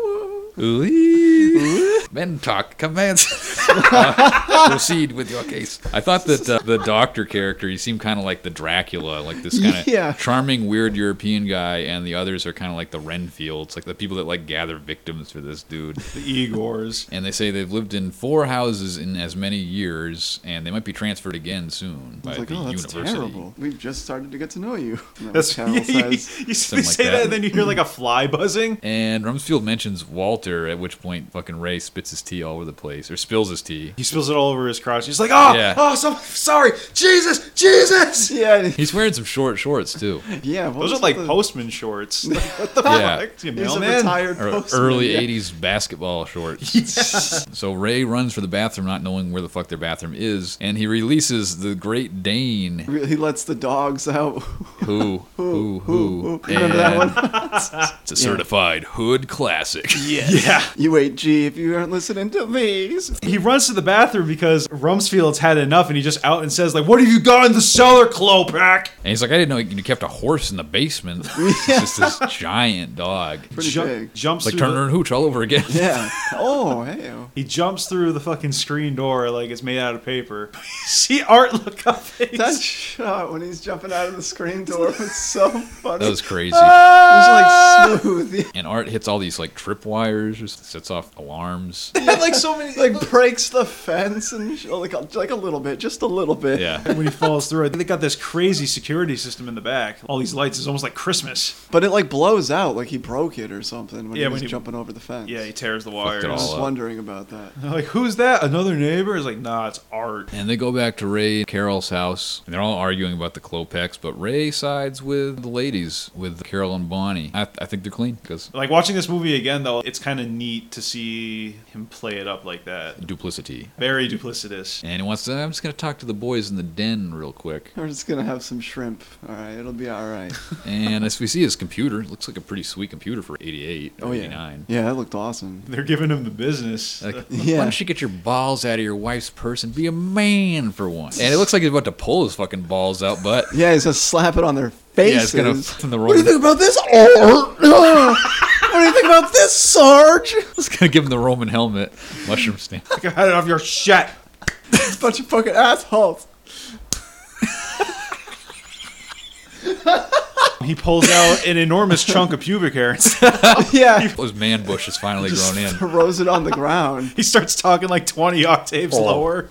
B: ooh, men talk commands. Uh, proceed with your case. I thought that uh, the doctor character, he seemed kind of like the Dracula, like this kind of
C: Yeah.
B: charming, weird European guy, and the others are kind of like the Renfields, like the people that like gather victims for this dude.
D: the Igors.
B: And they say they've lived in four houses in as many years, and they might be transferred again soon
C: I
B: by
C: was like,
B: the
C: oh, that's
B: university.
C: terrible. We've just started to get to know you. And that
D: That's
C: was Carol
D: you, you
C: says.
D: say
B: Something like
D: that.
B: that.
D: and then you hear like a fly buzzing.
B: And Rumsfeld mentions Walter, at which point fucking Ray spits his tea all over the place, or spills his tea.
D: He spills it all over his crotch. He's like, oh,
B: Yeah.
D: oh, so, sorry, Jesus, Jesus.
C: Yeah,
B: He's wearing some short shorts too,
C: yeah. what
D: Those
C: was
D: are like
C: with the-
D: postman shorts. what the
B: Yeah.
D: fuck? You
C: He's a
D: mailman?
C: retired
B: or
C: postman.
B: early
C: yeah.
B: '80s basketball shorts. So Ray runs for the bathroom, not knowing where the fuck their bathroom is, and he releases the Great Dane,
C: Really He lets the dogs out.
B: who, who, who,
C: Remember that
B: and it's a certified hood classic.
D: Yeah.
C: you wait, G, if you aren't listening to these.
D: He runs to the bathroom because Rumsfeld's had enough, and he just out and says, like, what have you got in the cellar, Klopak?
B: And he's like, I didn't know you kept a horse in the basement. It's just this giant dog.
C: Pretty big.
D: jumps
B: Like
D: through
B: Turner
D: the-
B: and Hooch all over again.
C: Yeah. Oh, hey. oh.
D: he jumps through the fucking screen door like it's made out of paper. See Art look up. and
C: That
D: he's-
C: shot when he's jumping out of the screen door was so funny.
B: That was crazy.
C: Ah. it was like smooth. Yeah.
B: And Art hits all these like tripwires, just sets off alarms.
D: had, like so many
C: Like breaks the fence and sh- like a, like a little bit, just a little bit.
B: Yeah.
D: when he falls through. They got this crazy security system in the back. All these lights is almost like Christmas.
C: But it like blows out, like he broke it or something when
D: Yeah,
C: he was
D: when he-
C: jumping over the fence.
D: Yeah, he
C: I
D: tears the
B: Fucked it
D: wires.
B: all
C: was
B: up.
C: wondering about that.
D: They're Like who's that? Another neighbor? Is like nah, it's Art.
B: And they go back to Ray and Carol's house, and they're all arguing about the Klopex, but Ray sides with the ladies, with Carol and Bonnie. I, I think they're clean because
D: Like watching this movie again though, it's kind of neat to see him play it up like that.
B: duplicity.
D: Very duplicitous.
B: And he wants to, I'm just going to talk to the boys in the den real quick.
C: We're just gonna have some shrimp. All right, it'll be all right.
B: And as we see his computer, it looks like a pretty sweet computer for 88 or
C: Oh yeah,
B: 89.
C: yeah, that looked awesome.
D: They're giving him the business.
B: Like,
C: Yeah.
B: Why don't you get your balls out of your wife's purse and be a man for once? And it looks like he's about to pull his fucking balls out, but
C: Yeah, he's gonna slap it on their
B: yeah, it's
C: faces.
B: gonna f- in the
C: what do
B: wrong.
C: you think about this? Oh, what do you think about this, Sarge?
B: It's gonna give him the Roman helmet, mushroom stain.
D: Get out of your shit.
C: It's a bunch of fucking assholes.
D: He pulls out an enormous chunk of pubic hair.
C: Yeah,
B: Those man bush has finally grown in.
C: throws it on the ground.
D: He starts talking like 20 octaves
C: Oh,
D: lower.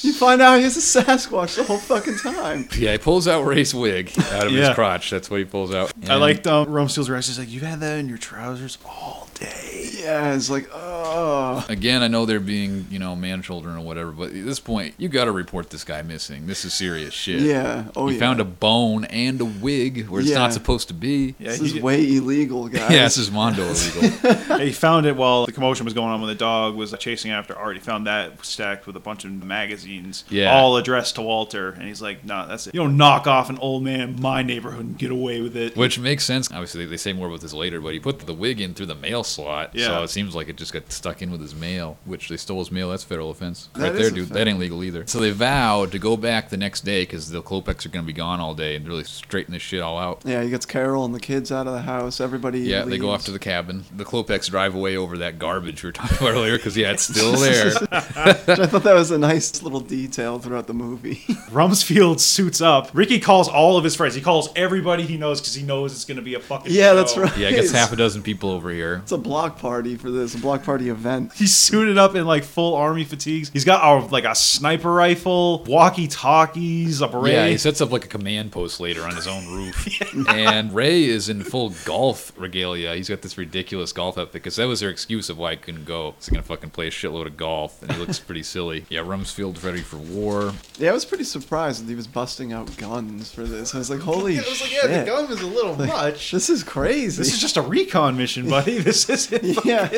C: You find out he's a Sasquatch the whole fucking time.
B: Yeah, he pulls out Ray's wig out of
D: Yeah.
B: his crotch. That's what he pulls out.
D: I liked um, Rumsfeld's reaction. He's like, you've had that in your trousers Oh, all day.
C: Yeah, it's like, oh,
B: Again, I know they're being, you know, man children or whatever, but at this point, you got to report this guy missing. This is serious shit.
C: yeah, oh
B: you
C: yeah.
B: found a bone and a wig where it's
C: Yeah.
B: not supposed to be.
D: Yeah,
C: this
D: he,
C: is way illegal, guys.
B: Yeah, this is Mondo illegal.
D: he found it while the commotion was going on when the dog was chasing after Art. He found that stacked with a bunch of magazines,
B: Yeah.
D: all addressed to Walter. And he's like, nah, that's it. You don't knock off an old man in my neighborhood and get away with it.
B: Which makes sense. Obviously, they say more about this later, but he put the wig in through the mail slot,
D: Yeah.
B: so it seems like it just got stuck in with his mail, which they stole his mail. That's federal offense.
C: That
B: right
C: is
B: there,
C: a
B: dude.
C: federal-
B: That ain't legal either. So they vowed to go back the next day because the Klopex are going to be gone all day and really straighten this shit all out.
C: Yeah, he gets Carol and the kids out of the house. Everybody.
B: Yeah, they go off
C: leaves.
B: to the cabin. The Klopex drive away over that garbage we were talking about earlier because, yeah, it's still there.
C: I thought that was a nice little detail throughout the movie.
D: Rumsfeld suits up. Ricky calls all of his friends. He calls everybody he knows because he knows it's going to be a fucking
C: yeah, that's
D: show.
C: right.
B: yeah, it gets half a dozen people over here.
C: It's a block party for this. A block party party event.
D: He's suited up in like full army fatigues. He's got a, like a sniper rifle, walkie talkies, a beret.
B: Yeah, he sets up like a command post later on his own roof. And Ray is in full golf regalia. He's got this ridiculous golf outfit because that was their excuse of why I couldn't go. He's going to fucking play a shitload of golf, and he looks pretty silly. Yeah, Rumsfield's ready for war.
C: Yeah, I was pretty surprised that he was busting out guns for this. I was like,
D: I
C: holy
D: was like,
C: shit.
D: yeah, the gun was a little much.
C: This is crazy.
D: This is just a recon mission, buddy. This isn't.
C: yeah,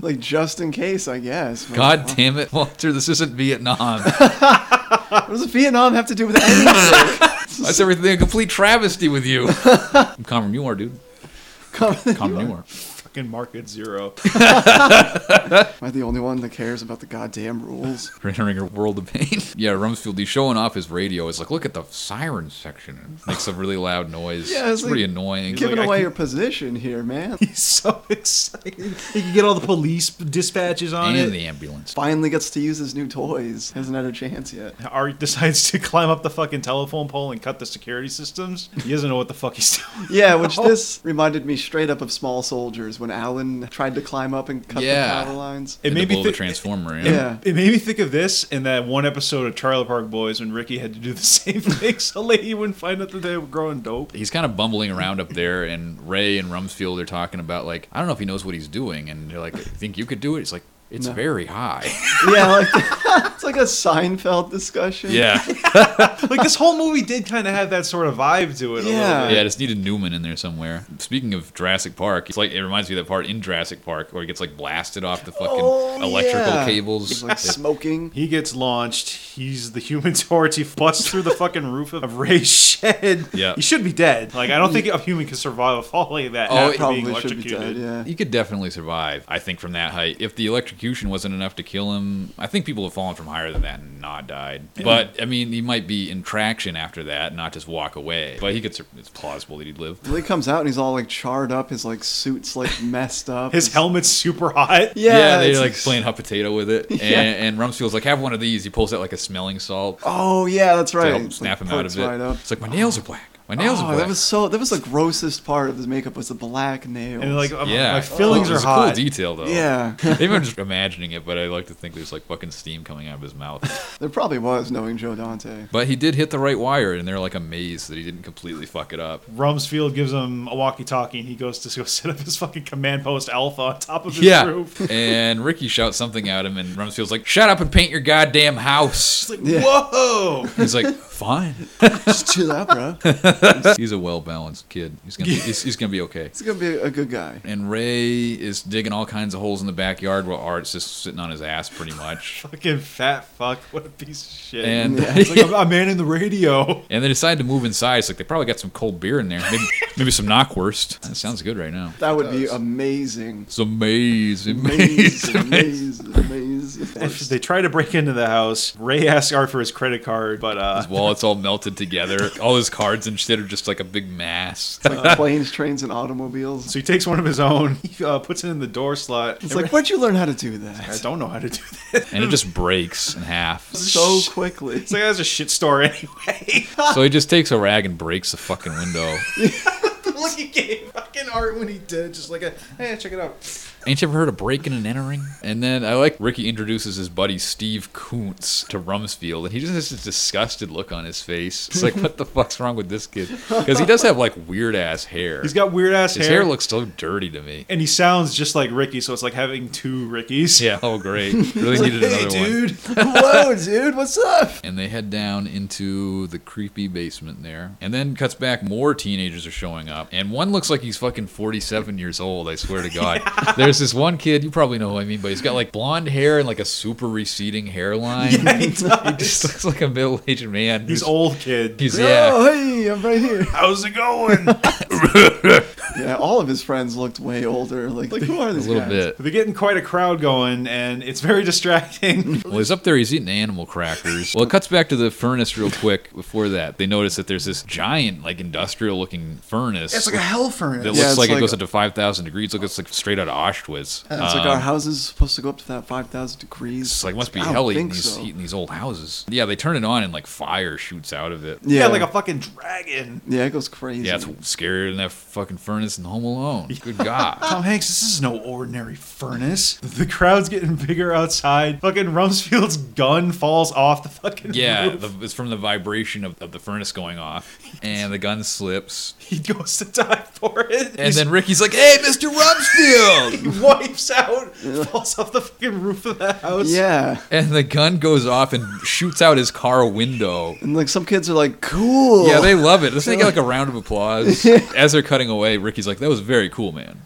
C: like just in case, I guess. but-
B: God damn it, Walter, this isn't Vietnam.
C: What does Vietnam have to do with anything?
B: That's everything a complete travesty with you. I'm Comrade Muir, dude. Comrade Muir.
D: fucking market zero.
C: Am I the only one that cares about the goddamn rules?
B: entering a world of pain. yeah, Rumsfeld, he's showing off his radio. It's like, look at the siren section. It makes a really loud noise.
C: Yeah,
B: it's
C: it's
B: pretty
C: like-
B: annoying.
C: Giving
D: like, I
C: away
D: can-
C: your position here, man.
D: He's so excited. He can get all the police dispatches on
B: and
D: it.
B: the ambulance.
C: Finally gets to use his new toys. Hasn't had a chance yet.
D: Art decides to climb up the fucking telephone pole and cut the security systems. He doesn't know what the fuck he's doing.
C: Yeah, which this reminded me straight up of Small Soldiers when Alan tried to climb up and cut
B: Yeah.
C: the power lines.
D: It
B: And
D: made
B: the
D: me
B: bull of a
D: thi-
B: transformer. Yeah.
C: Yeah.
D: It made me think of this in that one episode of Trailer Park Boys when Ricky had to do the same thing so Lady wouldn't find out that they were growing dope.
B: He's kind of bumbling around up there, and Ray and Rumsfeld are talking about like, I don't know if he knows what he's doing, and they're like, think you could do it? He's like, it's
C: No.
B: very high.
C: Yeah, like it's like a Seinfeld discussion.
B: yeah,
D: Like this whole movie did kind of have that sort of vibe to it. A little
C: Yeah.
D: bit.
B: yeah. I just needed Newman in there somewhere. Speaking of Jurassic Park, it's like it reminds me of that part in Jurassic Park where he gets like blasted off the fucking
C: Oh,
B: electrical
C: yeah.
B: cables.
C: Like smoking.
D: He gets launched. He's the human torch. He busts through the fucking roof of Ray's shed.
B: Yeah.
D: He should be dead. Like, I don't think a human can survive a fall like that.
B: Oh,
D: after being
C: Probably should be
D: electrocuted.
C: dead, yeah.
B: You could definitely survive, I think, from that height. If the electrocution wasn't enough to kill him, I think people have fallen from higher than that and not died. But I mean, he might be in traction after that, not just walk away. But he could. Sur- it's plausible that he'd live.
C: Well, he comes out and he's all like charred up, his like suits like messed up.
D: His helmet's super hot.
C: Yeah,
B: they're
C: it's
B: like playing hot potato with it, and, and Rumsfeld's like, "Have one of these." He pulls out like a smelling salt
C: Oh yeah, that's
B: to
C: right.
B: help
C: It's,
B: snap
C: like,
B: him out
C: perks
B: of it.
C: right up.
B: It's like my nails are black. My nails are
C: Oh,
B: black.
C: that was so. That was the grossest part of his makeup was the black nails.
D: And like,
B: yeah, Oh,
D: my fillings
B: It
D: are
B: was a
D: hot.
B: Cool detail though.
C: yeah,
B: Maybe I'm just imagining it, but I like to think there's like fucking steam coming out of his mouth.
C: there probably was knowing Joe Dante.
B: But he did hit the right wire, and they're like amazed that he didn't completely fuck it up.
D: Rumsfeld gives him a walkie-talkie, and he goes to go set up his fucking command post alpha on top of his
B: Yeah.
D: roof. It's
B: and Ricky shouts something at him, and Rumsfeld's like, "Shut up and paint your goddamn house."
D: like, whoa!
B: He's like, "Fine."
C: Just chill out, bro.
B: He's a well-balanced kid. He's gonna, he's, he's gonna be okay.
C: He's gonna be a good guy.
B: And Ray is digging all kinds of holes in the backyard while Art's just sitting on his ass, pretty much.
D: fucking fat fuck! What a piece of shit!
B: And
D: It's like I'm, I'm man in the radio.
B: and they decide to move inside. It's like they probably got some cold beer in there, maybe maybe some knockwurst. That sounds good right now.
C: That would be amazing.
B: It's amazing,
C: Amazing,
B: amazing.
C: amazing, amazing.
D: If they try to break into the house. Ray asks Art for his credit card, but uh,
B: His wallet's all melted together. All his cards and shit are just like a big mass.
C: Like planes, trains, and automobiles.
D: so he takes one of his own. He uh, puts it in the door slot.
C: It's
D: and
C: like, where'd you learn how to do
D: I
C: that
D: don't know how to do that.
B: and it just breaks in half.
C: so quickly?
D: It's like that's a shit store anyway.
B: So he just takes a rag and breaks the fucking window.
D: Look at gave fucking Art when he did, just like a hey, check it out.
B: Ain't you ever heard of breaking and entering? And then I like Ricky introduces his buddy Steve Kuntz to Rumsfeld, and he just has this disgusted look on his face. It's like, what the fuck's wrong with this kid? Because he does have like weird ass hair.
D: He's got weird ass
B: his hair looks so dirty to me.
D: and he sounds just like Ricky, so it's like having two Rickies.
B: Yeah, oh great. Really needed
D: Hey,
B: another one.
D: dude.
C: Whoa, dude, what's up?
B: And they head down into the creepy basement there. And then cuts back, more teenagers are showing up. And one looks like he's fucking 47 years old, I swear to God. There's this one kid, you probably know who I mean, but he's got like blonde hair and like a super receding hairline.
D: Yeah, he
B: He
D: does.
B: just looks like a middle aged man.
D: He's
B: who's-
D: old kid.
B: He's, yeah.
C: Oh, hey, I'm right here.
D: How's it going?
C: Yeah, all of his friends looked way older. Like, like who are
B: A
C: these
B: little
C: guys?
B: bit.
D: They're getting quite a crowd going, and it's very distracting.
B: Well, he's up there. He's eating animal crackers. Well, it cuts back to the furnace real quick. Before that, they notice that there's this giant, like industrial-looking furnace.
D: hell furnace.
B: that looks
C: Yeah, it's
B: like, it
C: like-
B: goes up to 5,000 degrees. Look, it's like straight out of Auschwitz. Um,
C: Yeah, It's like our house is supposed to go up to that 5,000 degrees.
B: It's like must be
C: I don't
B: hell eating
C: think
B: these,
C: so.
B: eating these old houses. Yeah, they turn it on and like fire shoots out of it.
D: Yeah,
C: Yeah,
D: like a fucking dragon.
C: yeah, it goes crazy.
B: Yeah, it's scarier than that fucking furnace in Home Alone. Good God.
D: Tom Hanks, this is no ordinary furnace. The crowd's getting bigger outside. Fucking Rumsfeld's gun falls off the fucking
B: Yeah,
D: roof.
B: the, it's from the vibration of, of the furnace going off, and the gun slips.
D: he goes to die for it.
B: And then Ricky's like, "Hey, Mr. Rumsfeld!"
D: he wipes out, falls off the fucking roof of the house.
C: Yeah.
B: and the gun goes off and shoots out his car window.
C: And like some kids are like, cool.
B: Yeah, they love it. Let's take like a round of applause as they're cutting away. Ricky's like, "That was very cool, man."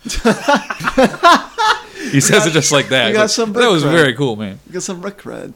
B: he says it just like that.
C: we
B: He's
C: got
B: like,
C: some
B: that was
C: brick
B: very cool, man.
C: get some Rick Red.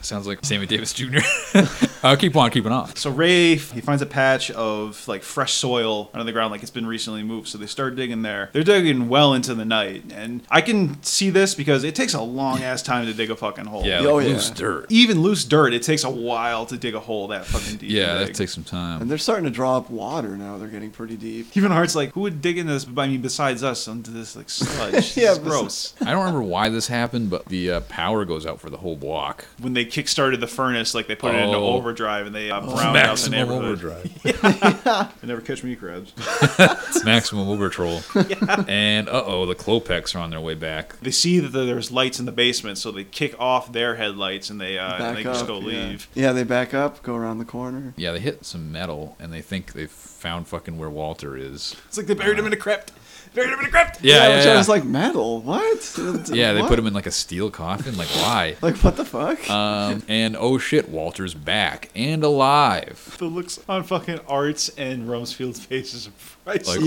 B: Sounds like Sammy Davis Jr. uh, keep on keeping on.
D: So Ray, he finds a patch of like fresh soil under the ground, like it's been recently moved. So they start digging there. They're digging well into the night, and I can see this because it takes a long ass time to dig a fucking hole.
B: Yeah, like
C: Oh, yeah.
B: loose dirt.
D: Even loose dirt, it takes a while to dig a hole that fucking deep.
B: Yeah,
D: to
B: that
D: dig.
B: takes some time.
C: And they're starting to draw up water now. They're getting pretty deep.
D: Even Hart's like, who would dig into this? I mean, besides us, into this like sludge.
C: Yeah,
D: yeah,
C: besi-
D: gross.
B: I don't remember why this happened, but the uh, power goes out for the whole block.
D: When they kickstarted the furnace, like they put it into
B: Oh.
D: overdrive and they uh, browned out the neighborhood.
E: They never catch me crabs.
B: Maximum Uber troll. And uh oh, the Klopex are on their way back.
D: They see that there's lights in the basement, so they kick off their headlights and they uh, and they just go
C: yeah.
D: leave.
C: Yeah, they back up, go around the corner.
B: Yeah, they hit some metal and they think they've found fucking where Walter is.
D: It's like they buried him in a crypt. Buried him in a crypt.
B: Yeah, yeah,
C: which
B: yeah.
C: I was like, metal? What?
B: yeah they
C: What?
B: put him in like a steel coffin. Like, why?
C: Like, what the fuck?
B: Um, and oh shit, Walter's back and alive.
D: The looks on fucking Arts and Rumsfeld's faces are priceless.
B: Like,
D: Like,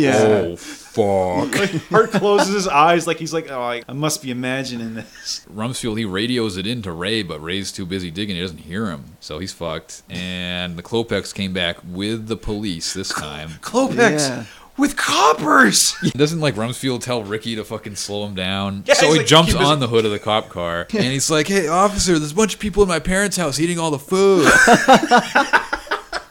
B: oh
C: Yeah.
B: fuck.
D: Hart closes his eyes like he's like, oh, I, I must be imagining this.
B: Rumsfeld, he radios it in to Ray, but Ray's too busy digging. He doesn't hear him, so he's fucked. And the Klopex came back with the police this time.
D: Klopex
C: Yeah.
D: with coppers.
B: Doesn't like Rumsfeld tell Ricky to fucking slow him down?
D: Yeah,
B: so
D: he's
B: he
D: like,
B: jumps
D: keep his-
B: on the hood of the cop car and he's like, "Hey, officer, there's a bunch of people in my parents' house eating all the food."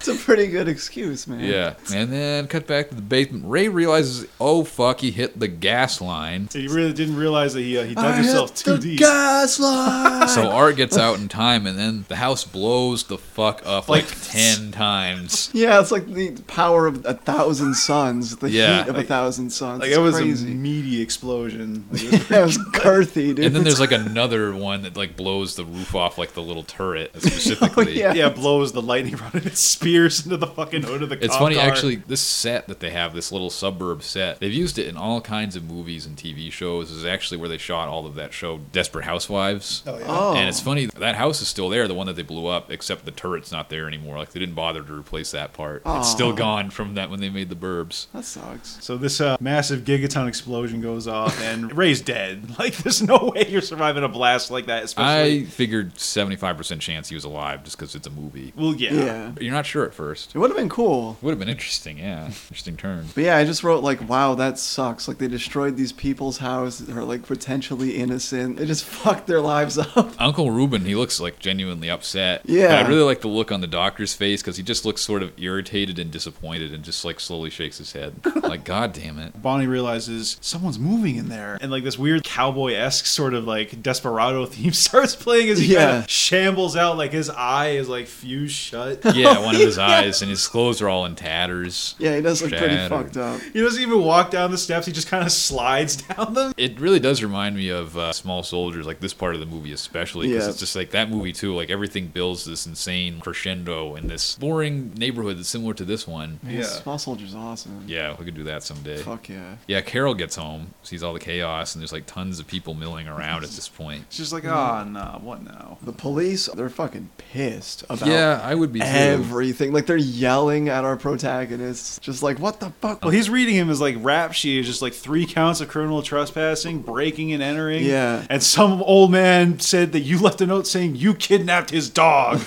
C: It's a pretty good excuse, man.
B: yeah. And then cut back to the basement. Ray realizes, "Oh fuck, he hit the gas line."
D: He really didn't realize that he uh, he dug
C: I
D: himself
C: hit
D: too
C: the
D: deep.
C: gas line.
B: So Art gets out in time, and then the house blows the fuck up like,
D: Like-
B: ten times.
C: yeah, it's like the power of a thousand suns, the
B: Yeah.
C: heat of
B: Like-
C: a thousand suns.
D: Like
C: it's
D: it was a
C: crazy.
D: meaty explosion. Like, it was-
C: yeah, it was girthy, dude.
B: And then there's like another one that like blows the roof off, like the little turret specifically.
C: Oh, yeah.
D: yeah, blows the lightning rod and it spears into the fucking hood of the.
B: It's
D: cop
B: funny,
D: car.
B: actually, this set that they have, this little suburb set, they've used it in all kinds of movies and TV shows. This is actually where they shot all of that show, Desperate Housewives.
D: Oh, yeah.
C: Oh.
B: And it's funny, that house is still there, the one that they blew up, except the turret's not there anymore. Like, they didn't bother to replace that part. It's still
C: Aw.
B: gone from that when they made the burbs.
C: That sucks.
D: So this uh, massive gigaton explosion goes off, and Ray's dead. Like, there's no way you're surviving a blast like that. Especially,
B: I figured 75% chance he was alive just because it's a movie.
D: well, yeah.
C: Yeah.
B: You're not sure at first.
C: It would have been cool.
B: Would have been interesting, yeah. Interesting turn.
C: But yeah, I just wrote like, "Wow, that sucks!" Like they destroyed these people's houses that are like potentially innocent. They just fucked their lives up.
B: Uncle Reuben, he looks like genuinely upset.
C: Yeah.
B: But I really like the look on the doctor's face because he just looks sort of irritated and disappointed and just like slowly shakes his head. like, God damn it.
D: Bonnie realizes someone's moving in there, and like this weird cowboy-esque sort of like desperado theme starts playing as he kind
C: Yeah.
D: of shambles out, like his eye is like fused shut.
B: Yeah, one of his eyes and his clothes are all in tatters.
C: Yeah, he does look pretty
B: Shattered.
C: fucked up.
D: He doesn't even walk down the steps; he just kind of slides down them.
B: It really does remind me of uh, Small Soldiers, like this part of the movie especially, because
C: Yeah.
B: it's just like that movie too. Like everything builds this insane crescendo in this boring neighborhood that's similar to this one.
D: Yeah.
C: Small Soldier's awesome.
B: Yeah, we could do that someday.
C: Fuck yeah.
B: Yeah, Carol gets home, sees all the chaos, and there's like tons of people milling around at this point.
D: It's just like,
C: Mm-hmm.
D: ah, nah, what now?
C: The police, they're fucking pissed about
B: Yeah, I would be too.
C: everything. Like they're yelling at our protagonists, just like, "What the fuck?"
D: Well,
B: Oh,
D: he's reading him as like rap sheet is just like three counts of criminal trespassing, breaking and entering.
C: Yeah.
D: And some old man said that you left a note saying you kidnapped his dog.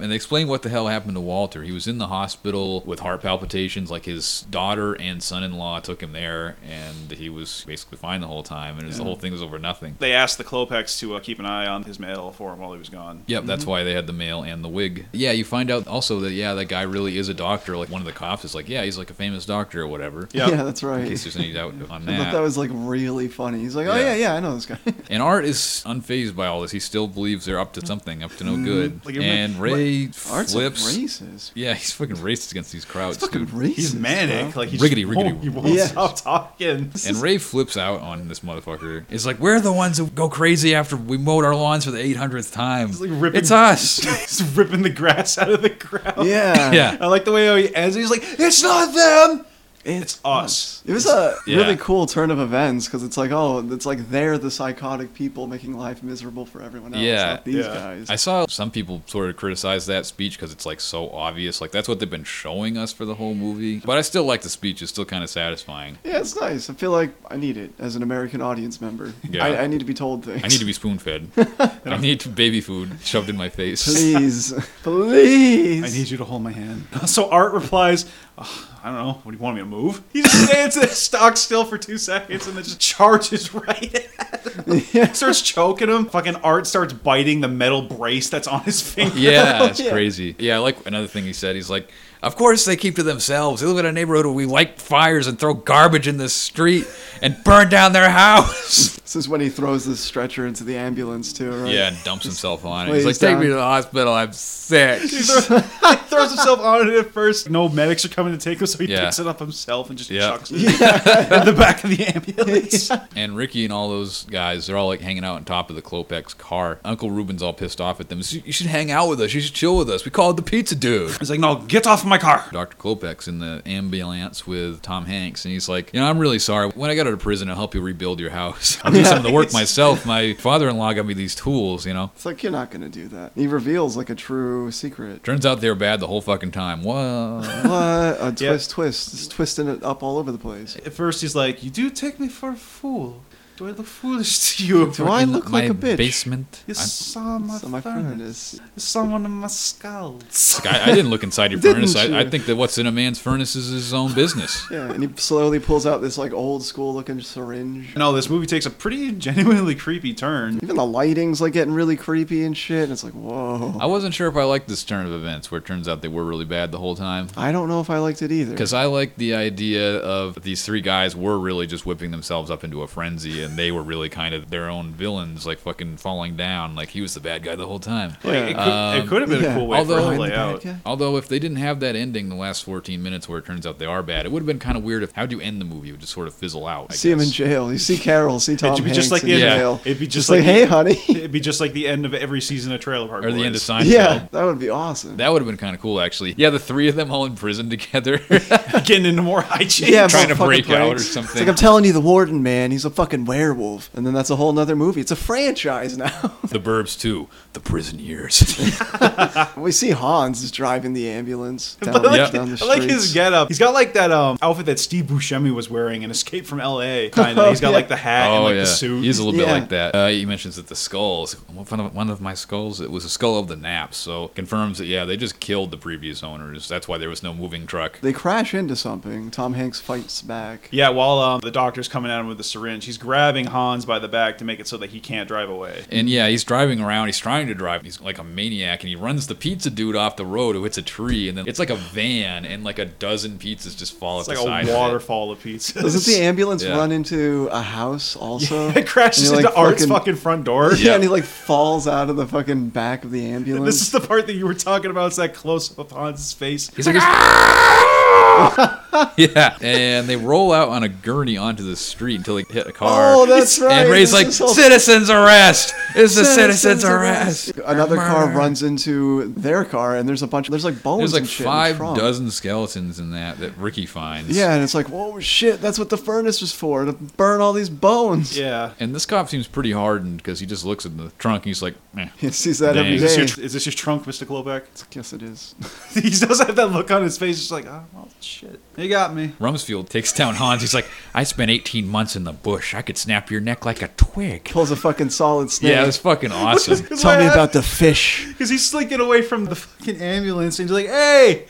B: And they explain what the hell happened to Walter. He was in the hospital with heart palpitations. Like his daughter and son in law took him there, and he was basically fine the whole time. And it was, the whole thing was over nothing.
D: they asked the Klopex to uh, keep an eye on his mail for him while he was gone.
C: Mm-hmm.
B: Yep, that's why they had the mail and the wig. Yeah, you find out also also that yeah, that guy really is a doctor. Like one of the cops is like, yeah, he's like a famous doctor or whatever.
D: Yeah.
C: Yeah, that's right.
B: In case there's any doubt on
C: I thought
B: that.
C: that was like really funny. He's like, oh
B: Yeah.
C: yeah, yeah, I know this guy.
B: and Art is unfazed by all this. He still believes they're
C: Mm.
B: up to something, up to no good.
D: Like,
B: and
D: what-
B: Ray
C: Art's
B: flips.
C: a racist.
B: yeah, he's fucking racist against these crowds.
C: Fucking
B: dude.
C: racist.
D: He's manic. Like he just
B: Riggedy, riggedy.
D: won't- He won't
C: Yeah.
D: stop talking.
B: And Ray flips out on this motherfucker. It's like, we're the ones who go crazy after we mowed our lawns for the 800th time. It's,
D: like ripping-
B: us.
D: He's ripping the grass out of the ground.
C: bro. Yeah.
B: Yeah.
D: I like the way how he ends. He's like, "It's not them. It's, us."
C: It was a
B: Yeah.
C: really cool turn of events because it's like, oh, it's like they're the psychotic people making life miserable for everyone else,
B: Yeah.
C: not these
D: Yeah.
C: guys.
B: I saw some people sort of criticize that speech because it's like so obvious. Like, that's what they've been showing us for the whole movie. But I still like the speech, it's still kind of satisfying.
C: yeah, it's nice. I feel like I need it as an American audience member.
B: Yeah.
C: I, I need to be told things.
B: I need to be spoon fed. I need baby food shoved in my face.
C: Please, please.
D: I need you to hold my hand. So Art replies, "Ugh, "I don't know. What do you want me to move?" He just stands there, stock still for two seconds, and then just charges right at him. Starts choking him. Fucking Art starts biting the metal brace that's on his finger.
B: Yeah, it's
C: Yeah.
B: crazy. Yeah, I like another thing he said. He's like, Of course they keep to themselves. They live in a neighborhood where we light fires and throw garbage in the street and burn down their house.
C: This is when he throws this stretcher into the ambulance too, right?
B: Yeah, and dumps himself on it.
C: Please
B: He's like, Take
C: don't.
B: me to the hospital. I'm sick.
D: throws himself on it at first. No medics are coming to take him, so he
B: Yeah.
D: picks it up himself and just
B: Yeah.
D: chucks it in the back of the ambulance.
B: And Ricky and all those guys, they're all like hanging out on top of the Klopex car. Uncle Ruben's all pissed off at them. You should hang out with us. You should chill with us. We called the pizza dude.
D: He's like, "No, get off my car."
B: Dr. Klopex in the ambulance with Tom Hanks, and he's like, You know, I'm really sorry. When I got out of prison, I'll help you rebuild your house. I'll do some of the work myself. My father in law got me these tools, you know.
C: It's like you're not gonna do that. He reveals like a true secret.
B: Turns out they were bad the whole fucking time. Whoa.
C: What a twist,
D: Yeah.
C: twist. Just twisting it up all over the place.
D: At first, he's like, "You do take me for a fool. Do I look foolish to you?"
C: Do I
B: In
C: look
B: my
C: like a bitch?
B: basement.
D: You saw my,
C: So my
D: furnace.
C: furnace.
D: You saw one of my skulls.
B: I, I didn't look inside your
C: Didn't
B: furnace.
C: you?
B: I, I think that what's in a man's furnace is his own business.
C: Yeah, and he slowly pulls out this like old school looking syringe.
D: No, this movie takes a pretty genuinely creepy turn.
C: Even the lighting's like getting really creepy and shit. And it's like, whoa.
B: I wasn't sure if I liked this turn of events where it turns out they were really bad the whole time.
C: I don't know if I liked it either.
B: Because I like the idea of these three guys were really just whipping themselves up into a frenzy, and they were really kind of their own villains, like fucking falling down. Like he was the bad guy the whole time.
D: Like, it, could,
B: Um,
D: it could have been
C: yeah.
D: a cool way
B: Although-
D: for it
B: Behind
D: to
B: the
D: lay
C: bad
D: out.
C: guy.
B: Although if they didn't have that ending, the last 14 minutes where it turns out they are bad, it would have been kind of weird of how do you end the movie? It would just sort of fizzle out. I
C: see him in
B: guess.
C: jail. You see Carol. See Tom
D: It'd be
C: Hanks
D: just like
C: in
D: the
B: Yeah.
C: jail.
D: It'd be just,
C: like,
D: like,
C: hey, honey.
D: It'd be just like the end of every season of Trailer Park
B: or the
D: Boys.
B: end of Seinfeld.
C: yeah, that would be awesome.
B: That would have been kind of cool, actually. Yeah, the three of them all in prison together,
D: Getting into more hijinks.
C: yeah,
B: trying to
C: about fucking
B: break out or
C: pranks. It's
B: something.
C: like I'm telling you, the warden man, he's a fucking werewolf, and then that's a whole nother movie. It's a franchise now.
B: the Burbs too. The prison years.
C: we see Hans is driving the ambulance down,
D: But I like,
C: down the
D: I
C: street.
D: like his getup. He's got like that um, outfit that Steve Buscemi was wearing in Escape from L.A. Kind of. He's got
C: yeah.
D: like the hat and
B: oh
D: like
B: yeah,
D: the suit.
B: he's a little
C: Yeah.
B: bit like that. Uh, he mentions that the skulls, one of, one of my skulls, it was a skull of the Naps, so confirms that yeah, they just killed the previous owners. That's why there was no moving truck.
C: They crash into something. Tom Hanks fights back.
D: yeah, while um, the doctor's coming at him with the syringe, he's grabbing Hans by the back to make it so that he can't drive away.
B: And yeah, he's driving around. He's trying to drive. He's like a maniac, and he runs the pizza dude off the road who hits a tree, and then it's like a van, and like a dozen pizzas just fall
D: It's
B: at the
D: like
B: side.
D: a
B: of it.
D: waterfall of pizza.
C: Doesn't the ambulance
B: Yeah.
C: run into a house also?
D: it crashes
C: And he,
D: into
C: like,
D: Art's fucking front door.
C: Yeah, and he like falls out of the fucking back of the ambulance.
D: This is the part that you were talking about. It's that close up of Hans's face.
B: He's like, "Ah!" yeah. And they roll out on a gurney onto the street until they hit a car.
C: oh, that's right.
B: And Ray's
C: This
B: like,
C: is all-
B: citizens arrest! It's a citizens arrest!
C: Another car
B: Murder.
C: runs into their car, and there's a bunch. There's like bones.
B: There's like
C: and shit in
B: five
C: the trunk.
B: dozen skeletons in that that Ricky finds.
C: Yeah, and it's like, whoa, shit! That's what the furnace was for—to burn all these bones.
D: Yeah.
B: And this cop seems pretty hardened because he just looks in the trunk and he's like, eh.
C: He sees that
B: Dang.
C: every
D: Is this,
C: day.
D: your, is this your trunk, Mr. Klobeck?
C: Yes, it is.
D: he does have that look on his face. He's like, oh, well, shit. You got me.
B: Rumsfeld takes down Hans. He's like, I spent 18 months in the bush. I could snap your neck like a twig.
C: Pulls a fucking solid snake.
B: Yeah, it was fucking awesome.
C: Tell me about the fish.
D: Because he's slinking away from the fucking ambulance and he's like, hey,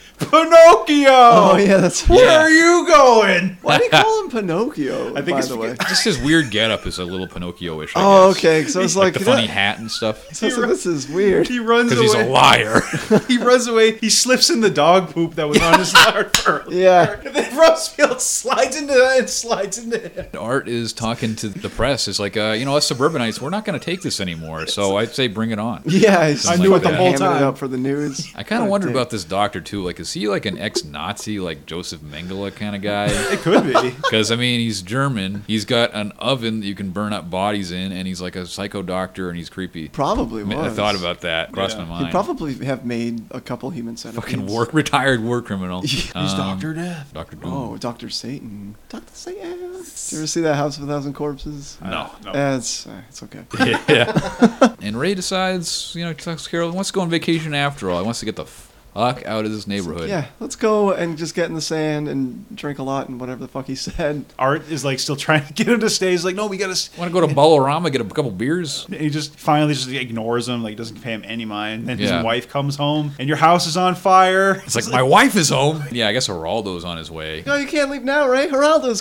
D: Pinocchio!
C: Oh, yeah, that's
D: Where are you going?
C: Why do you call him Pinocchio? I
D: think
C: think by
D: it's
C: the way.
B: Just his weird getup is a little Pinocchio-ish. I
C: Oh,
B: guess.
C: okay. So it's like,
B: The funny hat and stuff.
C: so- so this is weird.
D: He runs
B: Because he's a
D: away.
B: liar.
D: he runs away. He slips in the dog poop that was on his lard earlier.
C: Yeah.
D: And then Rumsfeld slides into that and slides into him.
B: Art is talking to the press. It's like, uh, you know, us suburbanites, we're not going to take this anymore. So I'd say bring it on.
C: Yeah, he's
B: I knew it the
C: fucking
D: whole
C: hamming
D: time.
C: it up for the news.
B: I kind of
C: God
B: wondered
C: damn.
B: about this doctor too. Like, is he like an ex-Nazi, like Joseph Mengele kind of guy?
D: It could be.
B: Because I mean, he's German. He's got an oven that you can burn up bodies in, and he's like a psycho doctor, and he's creepy.
C: Probably
B: I mean,
C: was.
B: I thought about that. Crossed
D: Yeah.
B: my
C: He'd
B: mind.
C: probably have made a couple human centipedes.
B: fucking war, retired war criminal.
C: He's
B: Um,
D: Dr. Death.
B: Doctor Doom.
C: Oh, Doctor Satan. Doctor Satan. Did you ever see that House of a Thousand Corpses?
E: No, no.
C: Eh, it's uh, it's okay.
B: yeah. and Ray decides, you know, talks to Carol, wants to go on vacation after all. He wants to get the fuck out of this neighborhood.
C: Yeah, let's go and just get in the sand and drink a lot and whatever the fuck he said.
D: Art is like still trying to get him to stay. He's like, no, we gotta. s-"
B: Want to go to Balorama, get a couple beers?
D: And he just finally just ignores him, like doesn't pay him any mind. Then
B: Yeah.
D: his wife comes home, and your house is on fire.
B: It's like, my wife is home. Yeah, I guess Geraldo's on his way.
C: No, you can't leave now, Ray. Geraldo's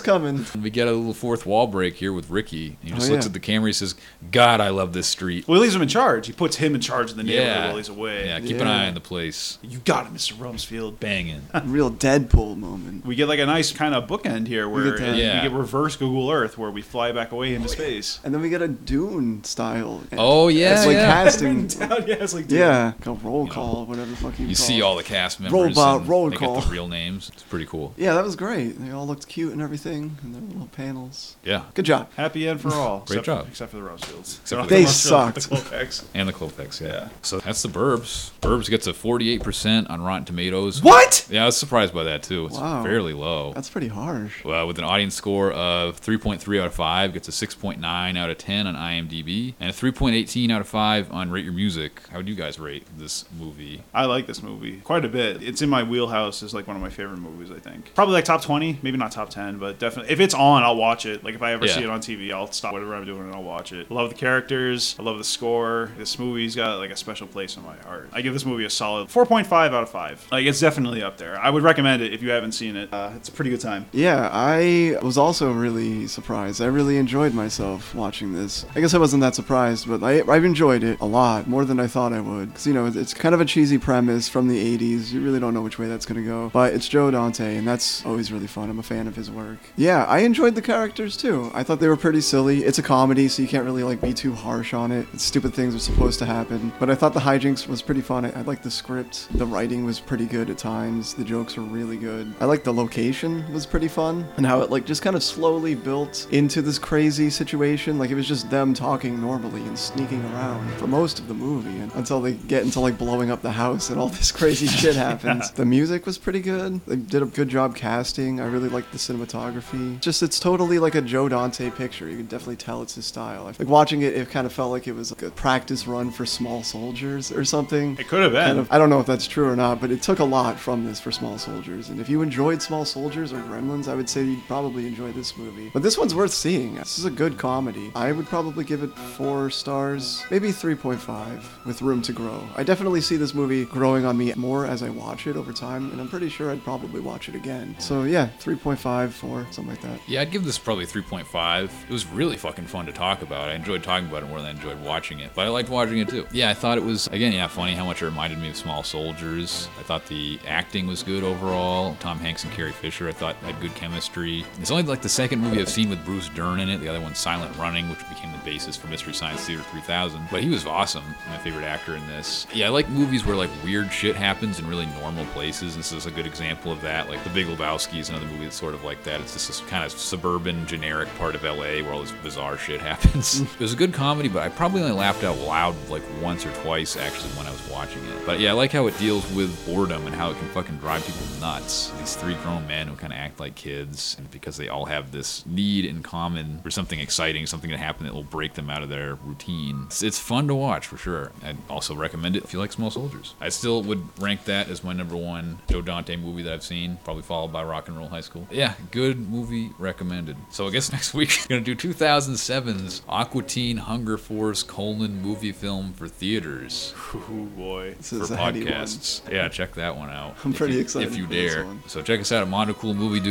C: coming.
B: And we get a little fourth wall break here with Ricky. He just
C: Oh,
B: looks
C: yeah.
B: at the camera. He says, "God, I love this street."
D: Well, he leaves him in charge. He puts him in charge of the neighborhood
B: Yeah,
D: while he's away.
B: yeah. Keep an
C: Yeah.
B: eye on the place.
D: You got it, Mr. Rumsfeld.
B: Banging.
C: Real Deadpool moment.
D: We get like a nice kind of bookend here where
C: get
D: we
C: that.
D: get,
B: Yeah.
D: reverse Google Earth where we fly back away into space.
C: And then we get a Dune style.
B: Oh yeah,
C: it's like
B: yeah.
C: casting.
D: Down, yeah, it's like, dude,
C: Yeah, like a roll call, whatever the fuck you.
B: you
C: call
B: see
C: it.
B: all the cast members.
C: Robot
B: and
C: roll
B: they
C: call.
B: Get the real names. It's pretty cool.
C: Yeah, that was great. They all looked cute and everything, and their little panels.
B: Yeah.
C: Good job.
D: Happy end for all.
B: Great
D: except,
B: job.
D: Except for the Rumsfelds.
B: Except for
C: They
D: the Rumsfelds,
C: sucked.
D: the Colbacks.
B: And the Clopex, yeah.
D: Yeah.
B: So that's the Burbs. Burbs gets a 48% on Rotten Tomatoes.
D: What?
B: Yeah, I was surprised by that too. It's
C: Wow.
B: fairly low.
C: That's pretty harsh.
B: Uh, with an audience score of 3.3 out of 5, gets a 6.9 out of 10 on IMDb, and a 3.18 out of 5 on Rate Your Music. How would you guys rate this movie?
D: I like this movie quite a bit. It's in my wheelhouse. It's like one of my favorite movies. I think probably like top twenty, maybe not top ten, but definitely if it's on, I'll watch it. Like if I ever
B: Yeah.
D: see it on TV, I'll stop whatever I'm doing and I'll watch it. I love the characters. I love the score. This movie's got like a special place in my heart. I give this movie a solid four point five out of five. Like it's definitely up there. I would recommend it if you haven't seen it. Uh, it's a pretty good time.
C: Yeah, I was also really surprised. I really enjoyed myself watching this. I guess I wasn't that surprised, but I, I've enjoyed it a lot, more than I thought I would. Because, you know, it's kind of a cheesy premise from the 80s. You really don't know which way that's going to go. But it's Joe Dante, and that's always really fun. I'm a fan of his work. Yeah, I enjoyed the characters too. I thought they were pretty silly. It's a comedy, so you can't really, like, be too harsh on it. Stupid things are supposed to happen. But I thought the hijinks was pretty fun. I, I liked the script. The writing was pretty good at times. The jokes were really good. I liked the location was pretty fun and how it like just kind of slowly built into this crazy situation. Like it was just them talking normally and sneaking around for most of the movie and until they get into like blowing up the house and all this crazy shit happens. The music was pretty good. They did a good job casting. I really liked the cinematography. Just it's totally like a Joe Dante picture. You can definitely tell it's his style. Like watching it, it kind of felt like it was like a practice run for small soldiers or something
D: It could have been.
C: kind of- I don't know if that's true or not, but it took a lot from this for Small Soldiers. And if you enjoyed Small Soldiers or Gremlins, I would say you'd probably enjoy this movie. But this one's worth seeing. This is a good comedy. I would probably give it four stars, maybe 3.5, with room to grow. I definitely see this movie growing on me more as I watch it over time, and I'm pretty sure I'd probably watch it again. So yeah, 3.5, 4, something like that.
B: Yeah, I'd give this probably 3.5. It was really fucking fun to talk about. I enjoyed talking about it more than I enjoyed watching it, but I liked watching it too. Yeah, I thought it was, again, yeah, funny how much it reminded me of Small Soldiers. I thought the acting was good overall. Tom Hanks and Carrie Fisher, I thought had good chemistry. It's only like the second movie I've seen with Bruce Dern in it. The other one's Silent Running, which became the basis for Mystery Science Theater 3000. But he was awesome, my favorite actor in this. Yeah, I like movies where like weird shit happens in really normal places. This is a good example of that. Like The Big Lebowski is another movie that's sort of like that. It's just this kind of suburban, generic part of LA where all this bizarre shit happens. it was a good comedy, but I probably only laughed out loud like once or twice actually when I was watching it. But yeah, I like how it deals deals with boredom and how it can fucking drive people nuts. These three grown men who kind of act like kids and because they all have this need in common for something exciting, something to happen that will break them out of their routine. It's, it's fun to watch for sure. I'd also recommend it if you like Small Soldiers. I still would rank that as my number one Joe Dante movie that I've seen, probably followed by Rock and Roll High School. Yeah, good movie recommended. So I guess next week we're gonna do 2007's Aqua Teen Hunger Force colon movie film for theaters
E: Ooh, boy.
C: This
B: for
C: is a heady one.
B: podcasts. Yeah, check that one out.
C: I'm
B: if
C: pretty
B: you-
C: excited
B: If you
C: for
B: dare.
C: this one.
B: So check us out at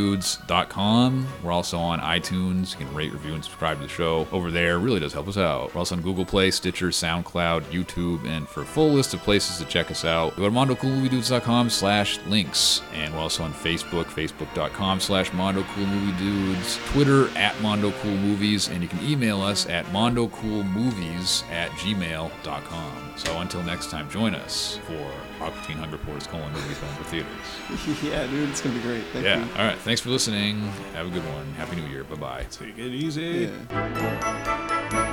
B: monocoolemoviedudes.com. We're also on iTunes. You can rate, review, and subscribe to the show over there. It really does help us out. We're also on Google Play, Stitcher, SoundCloud, YouTube, and for a full list of places to check us out, go to mondocoolmoviedudes.com slash links. And we're also on Facebook, facebook.com slash mondocoolmoviedudes, Twitter at mondocoolmovies, and you can email us at mondocoolmovies at gmail.com. So until next time, join us for Aquatine Hunger Force colon movie film for theaters.
C: yeah, dude, it's gonna be great. Thank
B: Yeah.
C: you.
B: All right. Thanks for listening. Have a good one. Happy New Year. Bye bye.
E: Take it easy.
C: Yeah.